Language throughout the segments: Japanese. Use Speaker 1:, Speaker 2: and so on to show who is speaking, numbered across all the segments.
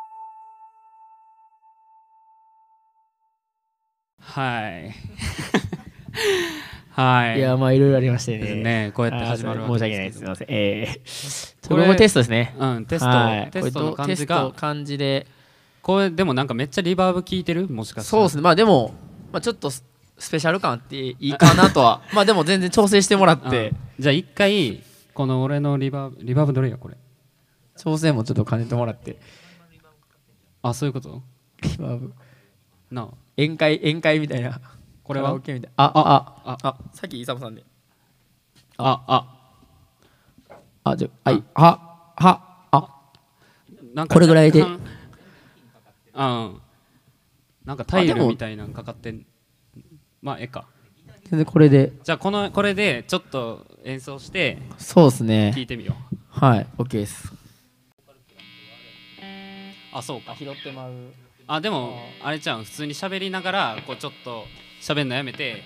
Speaker 1: ね。
Speaker 2: はい
Speaker 1: いや、まあ、いろいろありまして
Speaker 2: です
Speaker 1: ね。
Speaker 2: ねこうやって始まるわけ
Speaker 1: あーそれ申し訳ないです。すみません。えー、
Speaker 2: こ
Speaker 1: こ
Speaker 2: れ
Speaker 1: れもテストですね。
Speaker 2: うんテス
Speaker 1: は
Speaker 2: ト
Speaker 1: い
Speaker 2: テストの感
Speaker 1: これどうテ
Speaker 2: じ
Speaker 1: スト
Speaker 2: が
Speaker 1: 感じで。
Speaker 2: これでもなんかめっちゃリバーブ効いてるもしかした
Speaker 1: そう
Speaker 2: ら
Speaker 1: ですね。まあ、でも、まあ、ちょっとススペシャル感あっていいかな とは。まあ、でも全然調整してもらって
Speaker 2: う、んじゃあ一回この俺のリバーブリバーブどれやこれ
Speaker 1: 調整もちょっと兼ねてもらって。
Speaker 2: あそういうこと
Speaker 1: リバーブ
Speaker 2: なあ
Speaker 1: 宴会、宴会みたいな。
Speaker 2: これ
Speaker 1: カラオ
Speaker 2: は
Speaker 1: ケみたいな。あ、あ、
Speaker 2: あ
Speaker 1: あ、あ、さっきイサムさんで。
Speaker 2: ああ
Speaker 1: あ、じゃあ、はい、は、は、あ、
Speaker 2: なんか
Speaker 1: これぐらいで
Speaker 2: 若干うんなんかタイ
Speaker 1: あで
Speaker 2: ル
Speaker 1: も
Speaker 2: みたいなのかかってんまあええか
Speaker 1: 全然これで。
Speaker 2: じゃあこのこれでちょっと演奏して
Speaker 1: そうですね
Speaker 2: 聞。いてみよう
Speaker 1: はい、オッケーです。
Speaker 2: あそうか
Speaker 1: 拾ってまう。
Speaker 2: あでもあれちゃん普通に喋りながらこうちょっと喋るのやめて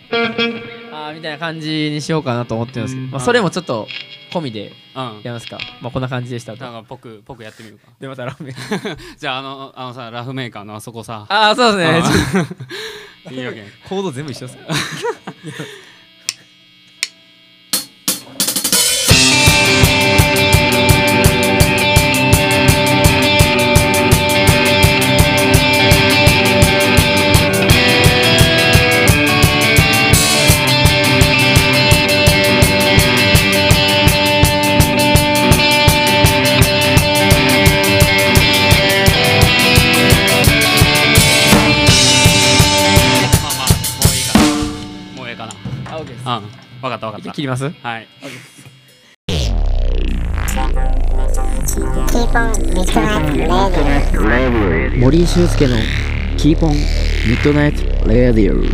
Speaker 1: あーみたいな感じにしようかなと思ってるんですけど、
Speaker 2: うん
Speaker 1: まあ、それもちょっと込みで
Speaker 2: うん
Speaker 1: やりますか。まあ、こんな感じでした
Speaker 2: だか
Speaker 1: と。
Speaker 2: ら僕僕やってみるか
Speaker 1: で、またラーメン。
Speaker 2: じゃああのあのさラフメーカーのあそこさ
Speaker 1: ああ、そうですね。ちょっ
Speaker 2: うんいいわけ
Speaker 1: とコード全部一緒ですね。
Speaker 2: まあまあもういいかなもうええか
Speaker 1: あ、オッケーです。
Speaker 2: なうん分かった分か
Speaker 1: 一回
Speaker 2: った
Speaker 1: 切ります
Speaker 2: はい
Speaker 3: 森井修介のキーポンミッドナイトレディオ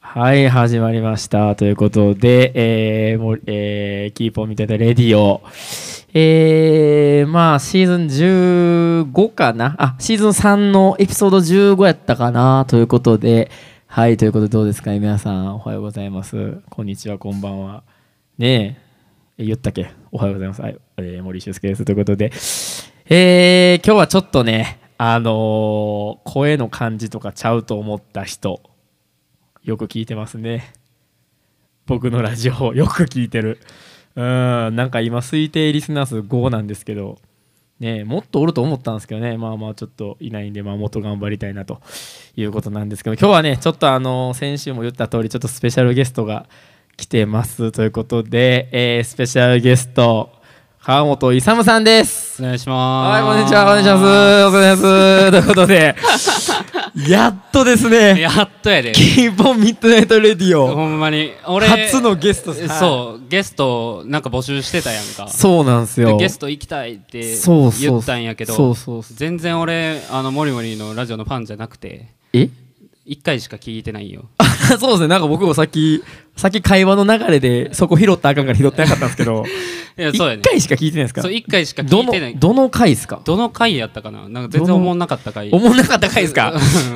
Speaker 1: はい、始まりました。ということで、えーもうえーキーポンみたいなレディオ。えー、まあ、シーズン15かな。あ、シーズン3のエピソード15やったかな。ということで、はい、ということで、どうですかね、皆さん。おはようございます。こんにちは、こんばんは。ねえ、え言ったっけおはようございます。はい、えー森修介です。ということで、えー今日はちょっとね、あのー声の感じとかちゃうと思った人。よく聞いてますね僕のラジオを よく聞いてるうんなんか今推定リスナー数5なんですけどねえもっとおると思ったんですけどねまあまあちょっといないんでまあもっと頑張りたいなということなんですけど今日はねちょっとあの先週も言った通りちょっとスペシャルゲストが来てますということで、えースペシャルゲスト川本勇さんです
Speaker 2: お願いしま
Speaker 1: は
Speaker 2: す
Speaker 1: い、こんにちは、お願いします。お疲れ 様です。ということで、やっとですね、
Speaker 2: やっとやで
Speaker 1: キーポンミッドナイトレディオ
Speaker 2: ほんまに俺
Speaker 1: 初のゲストです
Speaker 2: そうゲストなんか募集してたやんか
Speaker 1: そうなんです
Speaker 2: で
Speaker 1: よ
Speaker 2: ゲスト行きたいって
Speaker 1: そうそう
Speaker 2: 言ったんやけ
Speaker 1: そ
Speaker 2: ど
Speaker 1: うそうそう
Speaker 2: 全然俺あのモリモリのラジオのファンじゃなくて
Speaker 1: え
Speaker 2: 1回しか聞いてないよ
Speaker 1: そうですねなんか僕もさっきさっき会話の流れでそこ拾ったらあかんから拾ってなかったんですけど
Speaker 2: いや
Speaker 1: 一
Speaker 2: そうやね
Speaker 1: 回しか聞いてないですか
Speaker 2: そう1回しか
Speaker 1: ど
Speaker 2: 聞いてない
Speaker 1: のどの回ですか
Speaker 2: どの回やったかななんか全然思んなかった回
Speaker 1: おもんなかった回ですか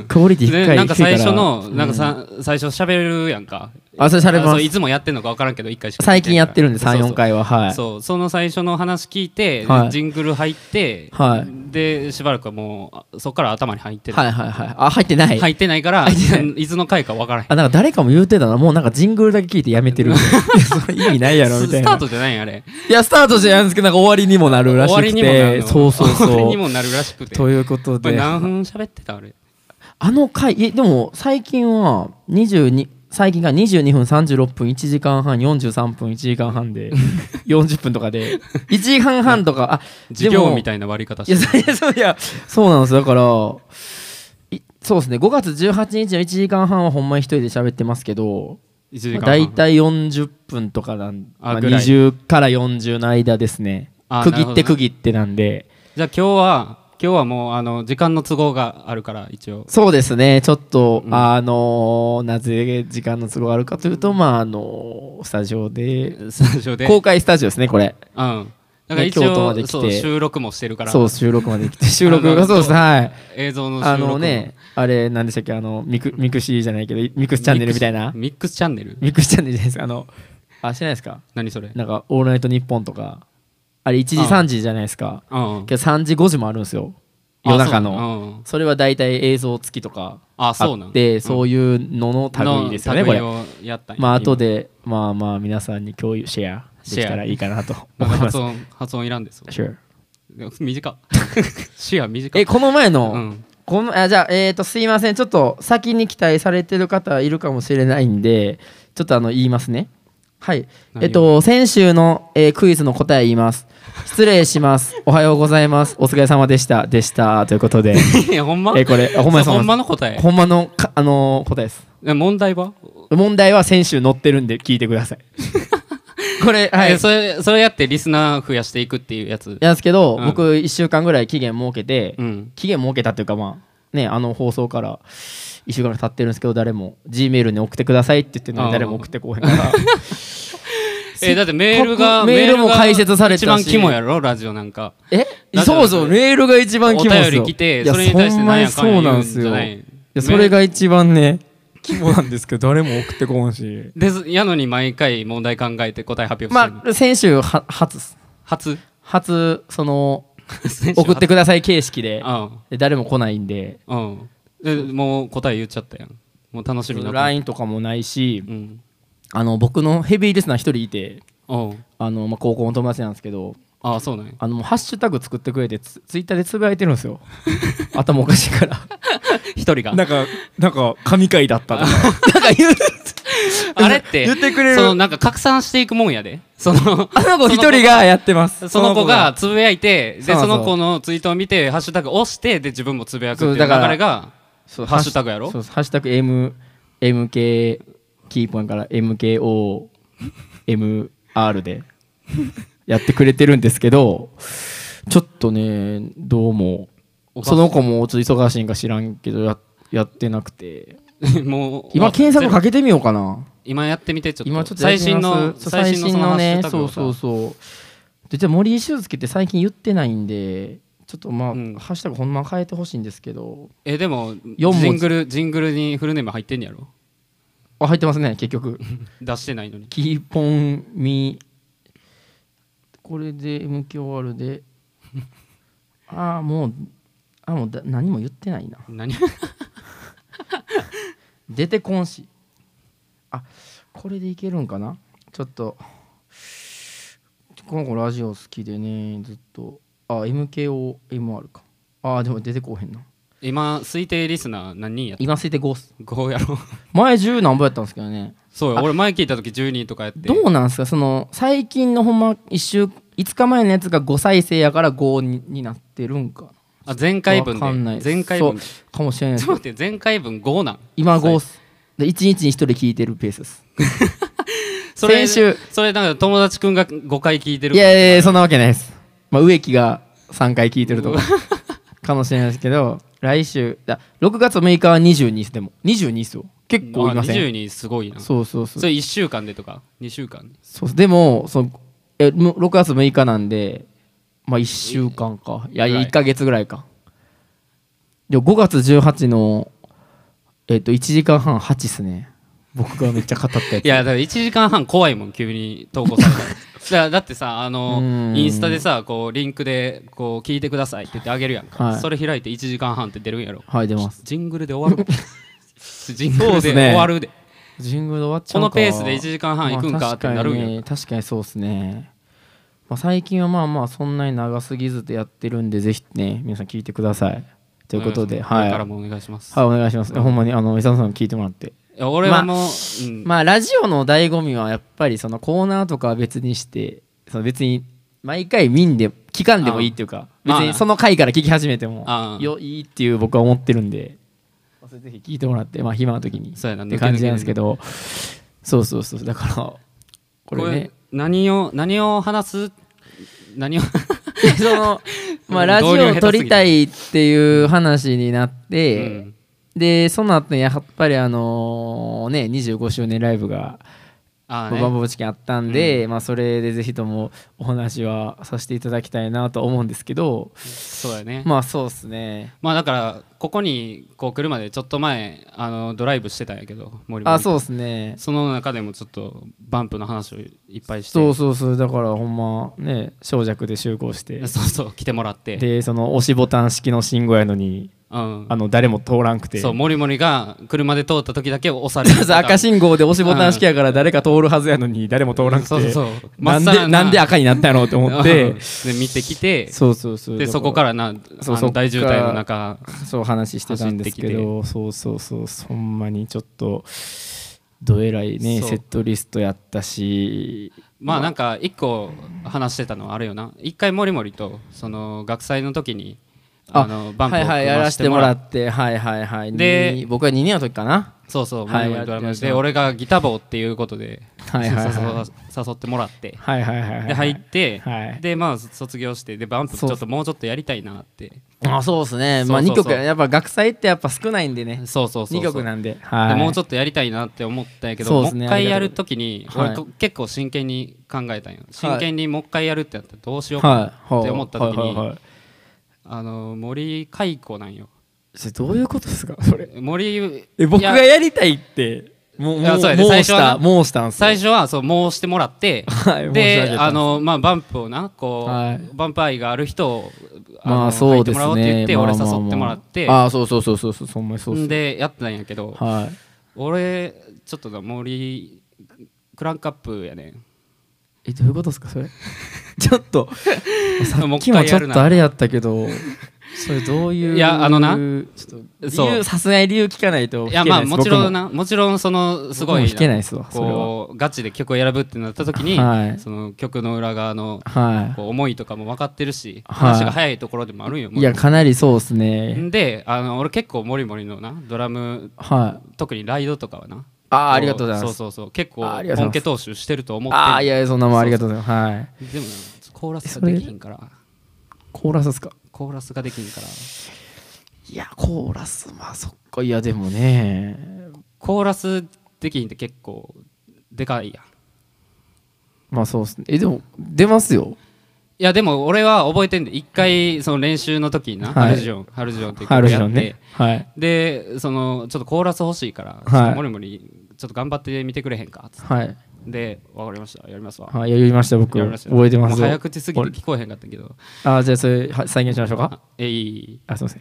Speaker 1: クオリティ低い低
Speaker 2: で
Speaker 1: いら
Speaker 2: なんか最初のなんかさ、最初喋るやんか
Speaker 1: あそれされ
Speaker 2: あ
Speaker 1: ま
Speaker 2: そうい
Speaker 1: す
Speaker 2: つもやってんのか分からんけど1回しか聞いてない
Speaker 1: 最近やってるんで
Speaker 2: そうそう
Speaker 1: 34回ははい
Speaker 2: そうその最初の話聞いて、
Speaker 1: はい
Speaker 2: ジングル入って、
Speaker 1: は
Speaker 2: でしばらくはもうあそこから頭に入ってる、
Speaker 1: はいはいはいあ入ってない
Speaker 2: 入ってないから
Speaker 1: 入ってない
Speaker 2: つの回か分からへん
Speaker 1: あなんか誰かも言うてたなもうなんかジングルだけ聞いてやめてるみたいないやそれ意味ないや ろみ
Speaker 2: ス
Speaker 1: たい
Speaker 2: ス
Speaker 1: な
Speaker 2: タートじゃないんやあれ
Speaker 1: いやスタートじゃないんですけどなんか終わりにもなるらし
Speaker 2: 終わ
Speaker 1: く
Speaker 2: りにもな
Speaker 1: て
Speaker 2: るの
Speaker 1: そうそう
Speaker 2: 終わり
Speaker 1: そ
Speaker 2: に
Speaker 1: う
Speaker 2: もなるらしくて
Speaker 1: というこ
Speaker 2: こ
Speaker 1: と
Speaker 2: れ
Speaker 1: で
Speaker 2: 何分喋ってたあれ
Speaker 1: あの回えでも最近は22最近が22分36分1時間半43分1時間 半で40分とかで1時間半とかあ
Speaker 2: 授業み
Speaker 1: い
Speaker 2: たいな割り方し
Speaker 1: いや
Speaker 2: て
Speaker 1: そいやそういやそうなんですだからいそうですね5月18日の1時間半はほんまに一人で喋ってますけど
Speaker 2: 1時間
Speaker 1: まあ
Speaker 2: 半
Speaker 1: 大体40分とかなん、
Speaker 2: あ
Speaker 1: まあ
Speaker 2: ぐらい
Speaker 1: 20から40の間ですね
Speaker 2: あ
Speaker 1: 区切って
Speaker 2: なるほど
Speaker 1: 区切ってなんで
Speaker 2: じゃあ今日は今日はもうあの時間の都合があるから一応
Speaker 1: そうですね、ちょっと、
Speaker 2: うん
Speaker 1: あのーなぜ時間の都合があるかというと、まあ、あのースタジオで、
Speaker 2: スタジオで
Speaker 1: 公開スタジオですね、これ。
Speaker 2: うんだから一
Speaker 1: 京都ま
Speaker 2: 応
Speaker 1: で来て
Speaker 2: そう収録もしてるから
Speaker 1: そう、収録まで来て、収録がそうです、はい。
Speaker 2: 映像の収録
Speaker 1: あ
Speaker 2: も
Speaker 1: のね、あれ、なんでしたっけ、あの、ミク、ミクシーじゃないけど、ミクスチャンネルみたいな。
Speaker 2: ミックスチャンネル
Speaker 1: ミクスチャンネルじゃないですか、あの、あ、してないですか
Speaker 2: 何それ
Speaker 1: なんか、オールナイトニッポンとか、あれ、1時、
Speaker 2: ああ
Speaker 1: 3時じゃないですか。
Speaker 2: うん
Speaker 1: けど、3時、5時もあるんですよ。夜中の。それは大体映像付きとか
Speaker 2: あそうなん
Speaker 1: あって、そういうのの
Speaker 2: の
Speaker 1: 類ですよね、これ。
Speaker 2: やったんや
Speaker 1: まあ後
Speaker 2: 今
Speaker 1: でまあまあ皆さんに共有シェアできたらいいかなと
Speaker 2: なん
Speaker 1: 思
Speaker 2: か
Speaker 1: い ます
Speaker 2: 発。音発音いらんです。
Speaker 1: Sure
Speaker 2: 短っ。視野短っ。
Speaker 1: えこの前
Speaker 2: う
Speaker 1: の、
Speaker 2: ん。
Speaker 1: このあじゃあえっ、とすいませんちょっと先に期待されてる方いるかもしれないんでちょっとあの言いますね。はい
Speaker 2: 何を
Speaker 1: えっと先週の、えークイズの答え言います。失礼します。おはようございます。お疲れ様でしたでしたということで
Speaker 2: いやほんま。
Speaker 1: えーこれあほんまです
Speaker 2: そうほんま
Speaker 1: ほ
Speaker 2: の答え。
Speaker 1: んまのかあのー答えです。
Speaker 2: え問題は？
Speaker 1: 問題は先週載ってるんで聞いてください。 これは
Speaker 2: え
Speaker 1: い
Speaker 2: それそれやってリスナー増やしていくっていうやつ。
Speaker 1: なんですけど、
Speaker 2: うん
Speaker 1: 僕1週間ぐらい期限設けて、
Speaker 2: うん。
Speaker 1: 期限設けたっていうかまあねあの放送から1週間ぐらい経ってるんですけど誰も G メールに送ってくださいって言ってるの
Speaker 2: あ
Speaker 1: に
Speaker 2: ー
Speaker 1: 誰も送ってこうへんから
Speaker 2: えだってメールが
Speaker 1: メールも
Speaker 2: が
Speaker 1: 解説されたし
Speaker 2: 一番肝やろラジオなんか。
Speaker 1: え
Speaker 2: だって
Speaker 1: そうそうメールが一番
Speaker 2: お
Speaker 1: キモで
Speaker 2: 便
Speaker 1: す
Speaker 2: り
Speaker 1: よ
Speaker 2: 来て
Speaker 1: いや
Speaker 2: それに対してなんやかんや
Speaker 1: そん
Speaker 2: 言
Speaker 1: な
Speaker 2: う
Speaker 1: に
Speaker 2: ん
Speaker 1: そう
Speaker 2: じゃ
Speaker 1: な
Speaker 2: な
Speaker 1: んで
Speaker 2: い。
Speaker 1: すよいやそれが一番ねキモなんですけど誰も送ってこん し
Speaker 2: ですやのに毎回問題考えて答え発表する
Speaker 1: ま
Speaker 2: の。
Speaker 1: あ先週は初っす
Speaker 2: 初。
Speaker 1: 初その
Speaker 2: 選手
Speaker 1: 送ってください形式で
Speaker 2: 初。
Speaker 1: で誰も来ないんで
Speaker 2: うん。うん。でもう答え言っちゃったやん。もう楽しみな。
Speaker 1: LINE とかもないし
Speaker 2: うん。
Speaker 1: あの僕のヘビーリスナー一人いて
Speaker 2: おう
Speaker 1: あの、まあ、高校の友達なんですけど
Speaker 2: ああそうなんや。
Speaker 1: あのもうハッシュタグ作ってくれてツツイッターでつぶやいてるんです よ頭おかしいから
Speaker 2: 一人が。
Speaker 1: んかなんか神回だったとかなんか言う
Speaker 2: あれって、
Speaker 1: 言ってくれる
Speaker 2: そのなんか拡散していくもんやで。その、
Speaker 1: あの子一人がやってます
Speaker 2: その子がつぶやいて、で、
Speaker 1: そうそう
Speaker 2: その子のツイートを見て、ハッシュタグ押して、で、自分もつぶやくっていう
Speaker 1: そう
Speaker 2: 流
Speaker 1: だから
Speaker 2: れ が、
Speaker 1: そう
Speaker 2: ハッシュタグやろ
Speaker 1: そうハッシュタグ M MK キーポンから MKOMR でやってくれてるんですけどちょっとねどうも
Speaker 2: おかしい
Speaker 1: その子もちょっと忙しいんか知らんけどややってなくて
Speaker 2: もう、
Speaker 1: 今検索
Speaker 2: か
Speaker 1: かけてみようかな
Speaker 2: 今やってみて、ちょっと。
Speaker 1: 今ちょっとや
Speaker 2: 最
Speaker 1: ってみ
Speaker 2: 新
Speaker 1: ま
Speaker 2: の、
Speaker 1: すそう最新
Speaker 2: そ
Speaker 1: のね
Speaker 2: ハッシュタグ
Speaker 1: そ
Speaker 2: を
Speaker 1: う
Speaker 2: さ
Speaker 1: そうそうでじゃあ森井修介って最近言ってないんでちょっとまあ、
Speaker 2: うん
Speaker 1: ハッシュタグほんま変えてほしいんですけど
Speaker 2: え、でも、ジ
Speaker 1: 四文字
Speaker 2: ングル、ジングルにフルネーム入ってんやろ
Speaker 1: あ入ってますね結局
Speaker 2: 出してないのに。
Speaker 1: キーポンミこれで MQR で ああもうあーもうだ何も言ってないな
Speaker 2: 何
Speaker 1: 出てこんしあこれでいけるんかなちょっとこの子ラジオ好きでねずっとあ MKOMR かあでも出てこうへんな
Speaker 2: 今、推定リスナー何人やった
Speaker 1: 今ついて5っす
Speaker 2: ?5 やろ
Speaker 1: 前10何本やったんですけどね
Speaker 2: そうよ、俺前聞いた時10人とかやって。
Speaker 1: どうなんすかその最近のほんま1週5日前のやつが5再生やから5にになってるんか
Speaker 2: あ前回分
Speaker 1: わかんない
Speaker 2: で。前回分。ち
Speaker 1: そ
Speaker 2: ょ
Speaker 1: かもしれないで
Speaker 2: っ
Speaker 1: す
Speaker 2: と待って、前回分5なん。
Speaker 1: 今5っすで1日に1人聞いてるペースです
Speaker 2: それ
Speaker 1: 先週
Speaker 2: それなんか友達くんが5回聞いてる
Speaker 1: いやいやいやそんなわけないです、まあ、植木が3回聞いてるとか かもしれないですけど来週だ6月6日は22ですでも22っすよ結構いませ
Speaker 2: あ
Speaker 1: ん
Speaker 2: 22すごいなそ
Speaker 1: そうそうそう
Speaker 2: れ1週間でとか2週間
Speaker 1: そうでもそのえむ6月6日なんでまあ1週間かいや
Speaker 2: ぐらい
Speaker 1: 1か月ぐらいかでも5月18のえっと1時間半8っすね僕がめっちゃ語ったやつ
Speaker 2: いやだから1時間半怖いもん急に投稿されたらだ からだってさあの
Speaker 1: うん
Speaker 2: インスタでさこうリンクでこう聞いてくださいって言ってあげるやんか、
Speaker 1: はい
Speaker 2: それ開いて1時間半って出るんやろ
Speaker 1: はい出ます
Speaker 2: ジングルで終わるジング
Speaker 1: そう
Speaker 2: ル
Speaker 1: っ
Speaker 2: です
Speaker 1: ね
Speaker 2: 終わるで、
Speaker 1: ジングル終わっちゃ
Speaker 2: こ
Speaker 1: う
Speaker 2: の
Speaker 1: か
Speaker 2: ペースで1時間半いくん
Speaker 1: ま
Speaker 2: か
Speaker 1: あ
Speaker 2: ってなるんや
Speaker 1: 確かにね確かにそうっすね、まあ、最近はまあまあそんなに長すぎずでやってるんでぜひね皆さん聞いてくださいということで
Speaker 2: お願
Speaker 1: はい
Speaker 2: しますこれか
Speaker 1: は
Speaker 2: ら
Speaker 1: い
Speaker 2: もお願いします、
Speaker 1: お願いしますほんまにあの伊沢さん聞いてもらって
Speaker 2: いや俺はもう、うん
Speaker 1: まあラジオの醍醐味はやっぱりそのコーナーとかは別にしてその別に毎回見んで聞かんでもいいっていうか別
Speaker 2: あ
Speaker 1: にその回から聞き始めても
Speaker 2: ああ
Speaker 1: よいいっていう僕は思ってるんでまあそれぜひ聞いてもらってまあ暇な時にっ
Speaker 2: そうやな
Speaker 1: て感じなんですけどそうそうそうだからこれね
Speaker 2: 何を何を話す何を
Speaker 1: そのまあ、ラジ
Speaker 2: 導入
Speaker 1: オ
Speaker 2: 下手すぎて
Speaker 1: 撮りたいっていう話になって、
Speaker 2: うん
Speaker 1: でその後にやっぱりあのね25周年ライブが
Speaker 2: ああ
Speaker 1: バン
Speaker 2: ね
Speaker 1: ボブチキンあったんで、まあ、それでぜひともお話はさせていただきたいなと思うんですけど
Speaker 2: そうだねま
Speaker 1: まあそうですね
Speaker 2: あだからここにこう来るまでちょっと前あのドライブしてたんやけど森
Speaker 1: あそううですね
Speaker 2: その中でもちょっとバンプの話をいっぱいして
Speaker 1: そうそうそうだからほんまね小弱で集合して
Speaker 2: そうそう来てもらって
Speaker 1: でその押しボタン式の信号やのに
Speaker 2: うん
Speaker 1: あの誰も通らんくて
Speaker 2: そうモリモリが車で通った時だけ押 され
Speaker 1: そう
Speaker 2: る
Speaker 1: そう 赤信号で押しボタン式やから誰か通るはずやのに誰も通らんくて
Speaker 2: そうそうそう
Speaker 1: なん
Speaker 2: 真っさ
Speaker 1: で
Speaker 2: ら
Speaker 1: なんで赤になったんやろうと思っ
Speaker 2: う
Speaker 1: て
Speaker 2: ん で見てきて
Speaker 1: そうそうそう
Speaker 2: で
Speaker 1: だ
Speaker 2: そこからな
Speaker 1: そう
Speaker 2: あ
Speaker 1: そっ
Speaker 2: の
Speaker 1: から
Speaker 2: 大渋滞の中
Speaker 1: そう話してたんですけどそうそうそうほんまにちょっとどえらいね
Speaker 2: そう
Speaker 1: セットリストやったし
Speaker 2: まあなんか一個話してたのはあれよな一回モリモリとその学祭の時にあのバンプを
Speaker 1: はいはいや
Speaker 2: 組ま
Speaker 1: ら
Speaker 2: せ
Speaker 1: せ
Speaker 2: て
Speaker 1: て
Speaker 2: も
Speaker 1: も
Speaker 2: ら
Speaker 1: ら
Speaker 2: っ
Speaker 1: ってはいはいはい
Speaker 2: で
Speaker 1: に僕は2年の時かな
Speaker 2: そうそうモ
Speaker 1: はい
Speaker 2: リモリドラマ
Speaker 1: やってました
Speaker 2: で俺がギター棒っていうことで
Speaker 1: はいはいはい
Speaker 2: そうそうそう誘ってもらって
Speaker 1: はいはいはいはい
Speaker 2: で入って
Speaker 1: はい
Speaker 2: でまあ卒業してでバンプち
Speaker 1: そう
Speaker 2: ょっともうちょっとやりたいなって
Speaker 1: あそうですねまあ
Speaker 2: そうそうそ
Speaker 1: 2
Speaker 2: う
Speaker 1: 曲やっぱ学祭ってやっぱ少ないんでね
Speaker 2: そうそうそうそう
Speaker 1: 2曲なんで
Speaker 2: で
Speaker 1: はい
Speaker 2: もうちょっとやりたいなって思ったんやけ
Speaker 1: そ
Speaker 2: ど、
Speaker 1: うです
Speaker 2: もう
Speaker 1: ね
Speaker 2: 一回やるときに
Speaker 1: ありが
Speaker 2: 俺
Speaker 1: とう
Speaker 2: こ結構真剣に考えたんよ真剣にもう一回やるってなったらどうしようかな、
Speaker 1: はいはい
Speaker 2: って思った時に
Speaker 1: はいはいはい
Speaker 2: あの森開子なんよ
Speaker 1: それどういうことですかそれ
Speaker 2: 森
Speaker 1: え僕が
Speaker 2: いや
Speaker 1: やりたいってもう
Speaker 2: い
Speaker 1: も
Speaker 2: や
Speaker 1: う
Speaker 2: そうやね
Speaker 1: もう
Speaker 2: 最
Speaker 1: し
Speaker 2: 初は
Speaker 1: た
Speaker 2: な
Speaker 1: もうしたんすよ
Speaker 2: 最初はそう申してもらって
Speaker 1: はい申し上げたん
Speaker 2: ですあの、まあ、バンプをなこう、
Speaker 1: はい
Speaker 2: バンプ愛がある人をの
Speaker 1: まあそうですね
Speaker 2: 書いてもらおうって言って、
Speaker 1: まあまあ
Speaker 2: 俺
Speaker 1: まあ
Speaker 2: 誘ってもらって、
Speaker 1: ああそうそうそうそうそうそんまにそうっす
Speaker 2: でやってたんやけど、
Speaker 1: はい
Speaker 2: 俺ちょっとな森クランクアップやねん
Speaker 1: えどういうことですかそれ ちょっとさ
Speaker 2: もう
Speaker 1: っ
Speaker 2: 一
Speaker 1: きも
Speaker 2: 回
Speaker 1: ち
Speaker 2: や
Speaker 1: ょ
Speaker 2: る
Speaker 1: っ
Speaker 2: な
Speaker 1: とあれやったけ どそれどういう
Speaker 2: いやあのな
Speaker 1: ちょっと理
Speaker 2: そ
Speaker 1: 由
Speaker 2: う
Speaker 1: さすがに理由聞かないと
Speaker 2: いやまあ
Speaker 1: 聞けな
Speaker 2: も
Speaker 1: です
Speaker 2: ちろ
Speaker 1: 僕
Speaker 2: んなもちろんそのすごい
Speaker 1: 僕も弾けないですわそれは
Speaker 2: こうガチで曲を選ぶってなった時に、
Speaker 1: はい
Speaker 2: その曲の裏側の
Speaker 1: は
Speaker 2: こう思いとかも分かってるし、
Speaker 1: はい
Speaker 2: 話が早いところでもあるんよ
Speaker 1: いいやかなりそうですね
Speaker 2: んであの俺結構モリモリのなドラム
Speaker 1: はい
Speaker 2: 特にライドとかはな
Speaker 1: ああ
Speaker 2: こ
Speaker 1: ありがとうございます
Speaker 2: そうそうそう結構
Speaker 1: あありがと
Speaker 2: 本
Speaker 1: うござ
Speaker 2: 家投
Speaker 1: い
Speaker 2: 手してると思って
Speaker 1: ああい
Speaker 2: る
Speaker 1: やそんなもんありがとうございますはい
Speaker 2: でもなコーラスができひんから
Speaker 1: コーラスですか
Speaker 2: コーラスができひんから
Speaker 1: いやコーラスまあそっかいやでもね
Speaker 2: コーラスできひんって結構でかいやん
Speaker 1: まあそうっすねえでも出ますよ
Speaker 2: いやでも俺は覚えてんで一回その練習の時にな、
Speaker 1: はい
Speaker 2: ハルジオンハルジオンっていう
Speaker 1: ハ
Speaker 2: 曲
Speaker 1: ル
Speaker 2: や
Speaker 1: ジ
Speaker 2: って、
Speaker 1: オねはい
Speaker 2: でそのちょっとコーラス欲しいから、
Speaker 1: い
Speaker 2: ちょっとモリモリちょっと頑張ってみてくれへんかつって
Speaker 1: はい
Speaker 2: で分かりましたやりますわ、
Speaker 1: はいやりました僕
Speaker 2: やりました
Speaker 1: 覚えてます
Speaker 2: も
Speaker 1: よ
Speaker 2: う早口すぎて聞こえへんかったけど
Speaker 1: あーじゃあそれは再現しましょうか
Speaker 2: あえい
Speaker 1: あ、すみませ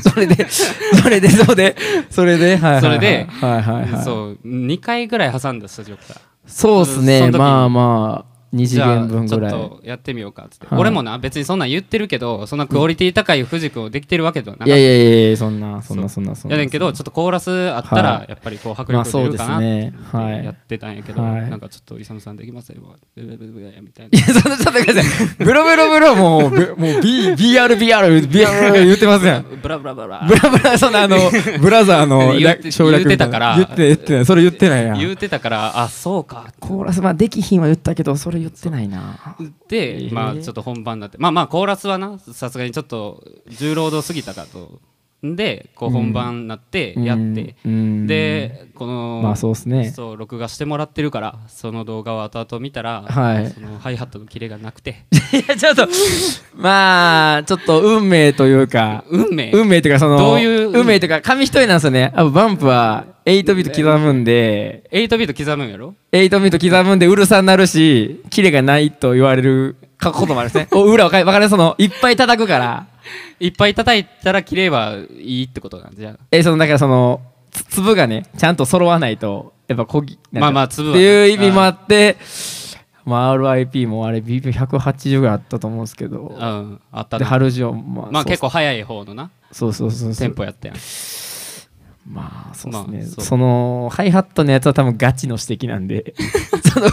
Speaker 1: ん。それで、 それで、そうで、それで、はいはいはい。
Speaker 2: それで
Speaker 1: はいはいはい。そう
Speaker 2: そう2回ぐらい挟んだスタジオから
Speaker 1: です
Speaker 2: そ
Speaker 1: ね。
Speaker 2: の時に
Speaker 1: まあまあ、二次
Speaker 2: じゃ
Speaker 1: 元
Speaker 2: あ
Speaker 1: 分
Speaker 2: ち
Speaker 1: ぐ
Speaker 2: ょ
Speaker 1: ら
Speaker 2: っ
Speaker 1: い。
Speaker 2: とやってみようかっつって、
Speaker 1: はい
Speaker 2: 俺もな別にそんなん言ってるけどそんなクオリティ高い藤君をできてるわけではなかっ
Speaker 1: い
Speaker 2: た
Speaker 1: やいやいやいや、そんな、そんな、そんな、そんな。
Speaker 2: やねんけどちょっとコーラスあった
Speaker 1: は
Speaker 2: ら
Speaker 1: い
Speaker 2: やっぱりこう迫
Speaker 1: まあ
Speaker 2: 力
Speaker 1: そ
Speaker 2: 出
Speaker 1: う
Speaker 2: る
Speaker 1: です
Speaker 2: かなって
Speaker 1: ね。はい。い
Speaker 2: や
Speaker 1: や
Speaker 2: っ、てたんやけど、
Speaker 1: はい
Speaker 2: なんかちょっと勇さんできますよブブブブブみたいな
Speaker 1: そんな、ちょっと待ってください。ブロブロブロ、もう、ぶ もう、B、BR、BR、BR 言ってますやん。
Speaker 2: ブラブラブラ
Speaker 1: ブラブラ、そんな、あの、ブラザー の
Speaker 2: 言って
Speaker 1: 省略み
Speaker 2: 言
Speaker 1: いな
Speaker 2: ってたから
Speaker 1: 言って、言ってない。それ言ってないや
Speaker 2: 言
Speaker 1: ん。
Speaker 2: うてたからあそうか
Speaker 1: コーラス、まあ、できひんは言ったけど、それ言ってないな。
Speaker 2: で、
Speaker 1: ー
Speaker 2: まあちょっと本番になってまあまあコーラスはなさすがにちょっと重労働すぎたかとんでこう本番になってやって、
Speaker 1: うんうん
Speaker 2: でこの、
Speaker 1: まあ、そうですね。
Speaker 2: そう録画してもらってるからその動画を後々見たら、
Speaker 1: はい
Speaker 2: そのハイハットのキレがなくて
Speaker 1: いや、ちょっと、まあ、ちょっと運命というか、
Speaker 2: 運命
Speaker 1: 運命というか、その、
Speaker 2: どういう
Speaker 1: 運命というか、紙一重なんですよね。あバンプは8ビート刻むんで、
Speaker 2: 8ビート刻むんやろ
Speaker 1: 8ビート刻むんで、うるさになるし、キレがないと言われるかこともある んですね。お裏をかい、わかるその、いっぱい叩くから、
Speaker 2: いっぱい叩いたらキレはいいってことなんじゃあ
Speaker 1: え、その、だからその、つ粒がね、ちゃんと揃わないと、やっぱこぎ、なんか
Speaker 2: まあまあ粒は
Speaker 1: っていう意味もあって、まあ、RIP もあれ、BB180 ぐらいあったと思うんですけど、
Speaker 2: うん、あった
Speaker 1: で、
Speaker 2: ね
Speaker 1: ハルジオン、まあ、
Speaker 2: まあ
Speaker 1: そう
Speaker 2: 結構早い方のな
Speaker 1: そうそうそうそ
Speaker 2: テ
Speaker 1: う
Speaker 2: ン。ポやったやん
Speaker 1: まあそうですね、
Speaker 2: まあそう
Speaker 1: そのハイハットのやつは多分ガチの指摘なんで その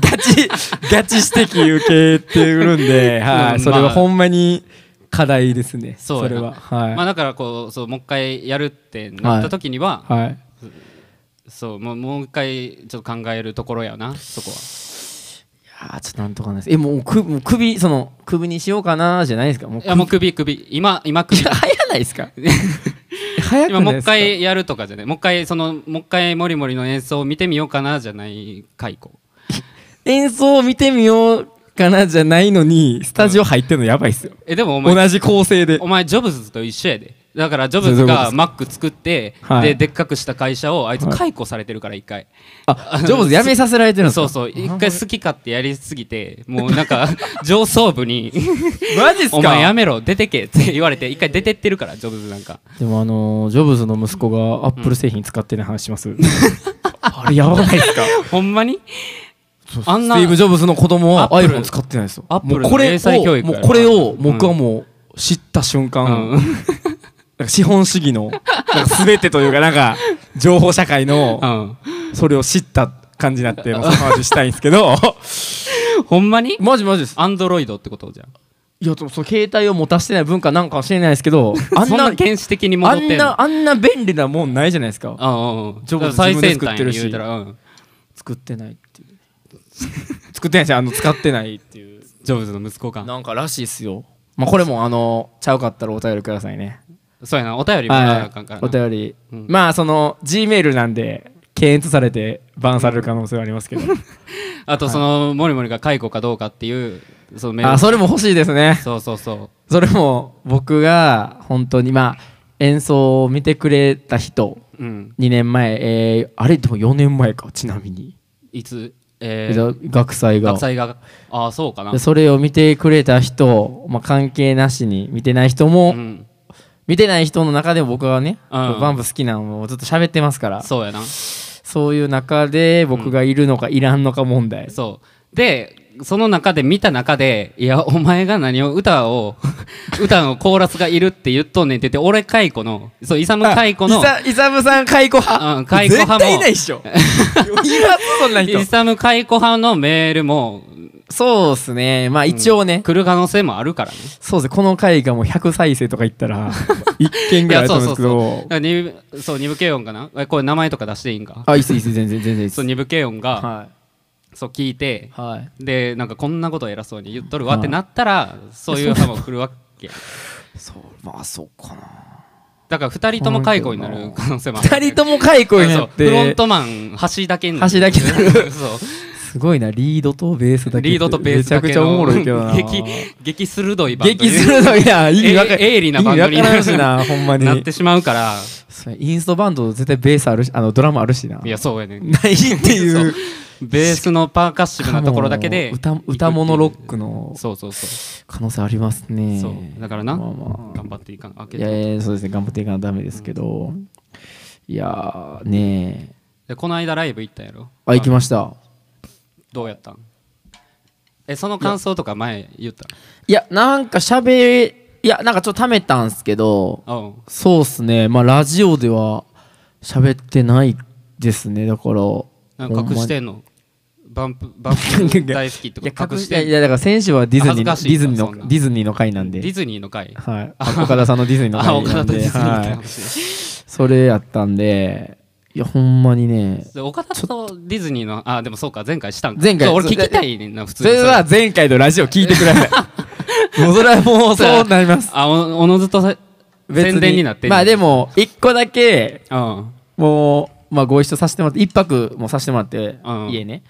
Speaker 1: ガチガチ指摘受けてくるんで、はい
Speaker 2: うん
Speaker 1: それ
Speaker 2: ま
Speaker 1: は
Speaker 2: あ
Speaker 1: ほんまに課題ですね
Speaker 2: そう
Speaker 1: そ
Speaker 2: やな
Speaker 1: れははい、
Speaker 2: まあだからこうそうもう一回やるってなった時には、
Speaker 1: はい、
Speaker 2: そうもうもう一回ちょっと考えるところやなそこは
Speaker 1: あーちょっとなんとかないですえもうくもう首その首にしようかなじゃないですかもう
Speaker 2: いやもう首首今今首
Speaker 1: いや流行らないですか早くな
Speaker 2: 今
Speaker 1: い
Speaker 2: もう
Speaker 1: です
Speaker 2: 一
Speaker 1: か
Speaker 2: 回やるとかじゃないもう一回そのもう一回モリモリの演奏を見てみようかなじゃない解雇
Speaker 1: 演奏を見てみようかなじゃないのにスタジオ入ってるのやばいっすよ、
Speaker 2: えでもお前
Speaker 1: 同じ構成で
Speaker 2: お前ジョブズと一緒やでだからジョブ
Speaker 1: そうい
Speaker 2: ズ
Speaker 1: うことで
Speaker 2: が
Speaker 1: す
Speaker 2: マック作って
Speaker 1: はい
Speaker 2: ででっかくした会社をあいつ
Speaker 1: はい
Speaker 2: 解雇されてるから一回
Speaker 1: あジョブズやめさせられてるんです
Speaker 2: そう
Speaker 1: か
Speaker 2: そう一回好き勝手やりすぎてもうなんか 上層部 に
Speaker 1: マジっす
Speaker 2: 「
Speaker 1: か
Speaker 2: お前やめろ出てけ」って言われて一回出てってるからジョブズなんか
Speaker 1: でもあのージョブズの息子がアップル製品使ってない話します、 あれやばないですか
Speaker 2: ほんまにあん
Speaker 1: ステ
Speaker 2: な
Speaker 1: ィーブ・ジョブズの子供は
Speaker 2: アップル
Speaker 1: iPhone 使ってないですよ
Speaker 2: アップルの
Speaker 1: もうこれ
Speaker 2: 英才教
Speaker 1: を
Speaker 2: 育
Speaker 1: も
Speaker 2: や
Speaker 1: う
Speaker 2: な
Speaker 1: これを僕はもう知った瞬 間、
Speaker 2: うん
Speaker 1: なんか資本主義のなんか全てというかなんか情報社会の
Speaker 2: うん
Speaker 1: それを知った感じになってもうその話したいんですけど
Speaker 2: ほんまに
Speaker 1: マジマジです
Speaker 2: アンドロイドってことじゃん
Speaker 1: いやでもその携帯を持たしてない文化なんかもしれないですけど あん
Speaker 2: そん
Speaker 1: な
Speaker 2: な原始的に戻
Speaker 1: あ
Speaker 2: って
Speaker 1: ん
Speaker 2: んの
Speaker 1: なあんな便利なもんないじゃないですか
Speaker 2: うんうんうん
Speaker 1: ジョブズ
Speaker 2: 最
Speaker 1: 自分で
Speaker 2: 先
Speaker 1: 作
Speaker 2: 端や
Speaker 1: ってる
Speaker 2: ね
Speaker 1: し
Speaker 2: 言うたら、うん、
Speaker 1: 作ってないっていう作ってないしあの使ってないっていう
Speaker 2: ジョブズの息子か
Speaker 1: なんからしいっすよまあこれもあのちゃうかったらお便りくださいね
Speaker 2: そうやなお便りもらわなあ
Speaker 1: は
Speaker 2: かん
Speaker 1: い
Speaker 2: からな
Speaker 1: お便り
Speaker 2: うん
Speaker 1: まあその G メールなんで検閲されてバンされる可能性はありま すけど
Speaker 2: あとその、モリモリが解雇かどうかっていうそのメール
Speaker 1: あそれも欲しいですね
Speaker 2: そうそうそう
Speaker 1: それも僕が本当にまあ演奏を見てくれた人
Speaker 2: うん
Speaker 1: 2年前、えーあれでも4年前かちなみに、
Speaker 2: いつえー、
Speaker 1: だ学祭が
Speaker 2: 学祭がああそうかな
Speaker 1: でそれを見てくれた人、まあ、関係なしに見てない人
Speaker 2: う
Speaker 1: も、
Speaker 2: ん
Speaker 1: 見てない人の中でも僕はね、
Speaker 2: うん
Speaker 1: バンプ好きなのをずっと喋ってますからそ
Speaker 2: そうやな
Speaker 1: ういう中で僕がいるのかいらんのか問題、
Speaker 2: そうでその中で見た中で「いやお前が何を歌を 歌のコーラスがいるって言っとんねん」って言って俺解雇のそうイサム解雇の
Speaker 1: イサイサムさん解雇派、
Speaker 2: うん解雇派も
Speaker 1: 絶対いないっ しょいますそんな人
Speaker 2: イサム解雇派のメールも
Speaker 1: そうっすねまあ一応ね、
Speaker 2: 来る可能性もあるからね
Speaker 1: そうですねこの回がもう100再生とかいっ たら1件ぐらいあると思うんですけ
Speaker 2: いや
Speaker 1: ど
Speaker 2: だから二部そう二部軽音かなえこれ名前とか出していいんか
Speaker 1: あいいっすいいっす全然全然いいっす
Speaker 2: そう二部軽音が、
Speaker 1: は
Speaker 2: そう聞いて
Speaker 1: いはい
Speaker 2: でなんかこんなこと偉そうに言っとるわ
Speaker 1: はい
Speaker 2: ってなったら、そういう派も来るわけ
Speaker 1: そうまあそうかな
Speaker 2: だから2人とも解雇になる可能性もある
Speaker 1: 2人と も解雇になっ
Speaker 2: そうフロン
Speaker 1: て
Speaker 2: トマン端だけになる
Speaker 1: 端だけにな
Speaker 2: そ
Speaker 1: すごいなリードとベースだけ
Speaker 2: う
Speaker 1: って
Speaker 2: リードとベースだけの
Speaker 1: めちゃくちゃおもろいけどな
Speaker 2: 激激鋭いバンド
Speaker 1: 激
Speaker 2: に
Speaker 1: 鋭いな意味わか
Speaker 2: え鋭利なバンドに
Speaker 1: 意味わからんしなほんまに
Speaker 2: なってしまうから
Speaker 1: それインストバンド絶対ベースあるしあのドラムあるしない
Speaker 2: やそうやねん
Speaker 1: ないっていう
Speaker 2: ベースのパーカッシブなところだけで
Speaker 1: 歌歌物ロックの
Speaker 2: そうそうそう
Speaker 1: 可能性ありますね
Speaker 2: そうだからな
Speaker 1: まあまあ
Speaker 2: 頑張っていかなあけ
Speaker 1: い
Speaker 2: ど
Speaker 1: やいやそうですね頑張っていかないとダメですけど、いやーねえ
Speaker 2: でこの間ライブ行ったやろ
Speaker 1: あ行きました
Speaker 2: どうやったんえその感想とか前言った
Speaker 1: いやなんかしゃべいやなんかちょっとためたんすけど
Speaker 2: うん
Speaker 1: そうっすねまあラジオでは喋ってないですねだから
Speaker 2: なんか隠してんのバンプバンプ大好きって
Speaker 1: いや
Speaker 2: こと隠
Speaker 1: 隠し
Speaker 2: してて
Speaker 1: い
Speaker 2: んの
Speaker 1: やだから先週はディズニーの
Speaker 2: 恥ずかし
Speaker 1: デ
Speaker 2: い
Speaker 1: ィ
Speaker 2: か
Speaker 1: ズニー
Speaker 2: そん
Speaker 1: の
Speaker 2: な
Speaker 1: ディズニーの回なんで
Speaker 2: ディズニーの回
Speaker 1: はい、あ岡田さんのディズニーの
Speaker 2: あ
Speaker 1: 回
Speaker 2: 岡
Speaker 1: な
Speaker 2: 田
Speaker 1: ん
Speaker 2: と
Speaker 1: で
Speaker 2: ディズニーって
Speaker 1: はい、
Speaker 2: 話
Speaker 1: それやったんでいやほんまにね
Speaker 2: で岡田とディズニーのあでもそうか前回したんか
Speaker 1: 前回
Speaker 2: そう俺
Speaker 1: そ
Speaker 2: 聞き
Speaker 1: う
Speaker 2: たいねんな普通
Speaker 1: そ
Speaker 2: に
Speaker 1: れは前回のラジオ聞いてくださ いもうそれはもうそうなります
Speaker 2: あおおのずとさ
Speaker 1: 別
Speaker 2: 宣伝になってんねん
Speaker 1: まあでも一個だけ
Speaker 2: うん
Speaker 1: もう、まあ、ご一緒させてもらって一泊もさせてもらって、
Speaker 2: うん
Speaker 1: 家ね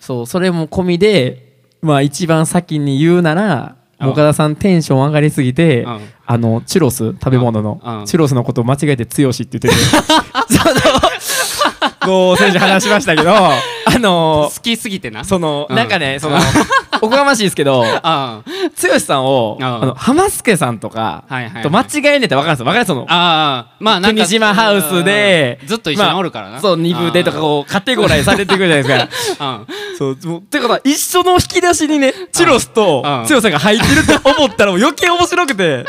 Speaker 1: そうそれも込みで、まあ、一番先に言うなら
Speaker 2: うん
Speaker 1: 岡田さんテンション上がりすぎて、
Speaker 2: うん
Speaker 1: あのチュロス食べ物の、
Speaker 2: うんうん
Speaker 1: チュロスのことを間違えて「強し」って言って てそのもう選手話しましたけど あの
Speaker 2: 好きすぎてな
Speaker 1: その、
Speaker 2: うん
Speaker 1: なんかねそのおこがましいですけど
Speaker 2: ああ
Speaker 1: 剛さんを、
Speaker 2: うん
Speaker 1: あの浜助さんとか、
Speaker 2: はいはいはい
Speaker 1: と間違えねえって分かるんですよ分かるその
Speaker 2: ああまあなんか
Speaker 1: 国島ハウスで
Speaker 2: うんずっと一緒におるからな、
Speaker 1: まあそう2部でとかこうカテゴライされてくるじゃないですか
Speaker 2: うん
Speaker 1: そうもうってことは一緒の引き出しにねチュロスと
Speaker 2: うん
Speaker 1: 強さんが入ってるって思ったらもう余計面白 くて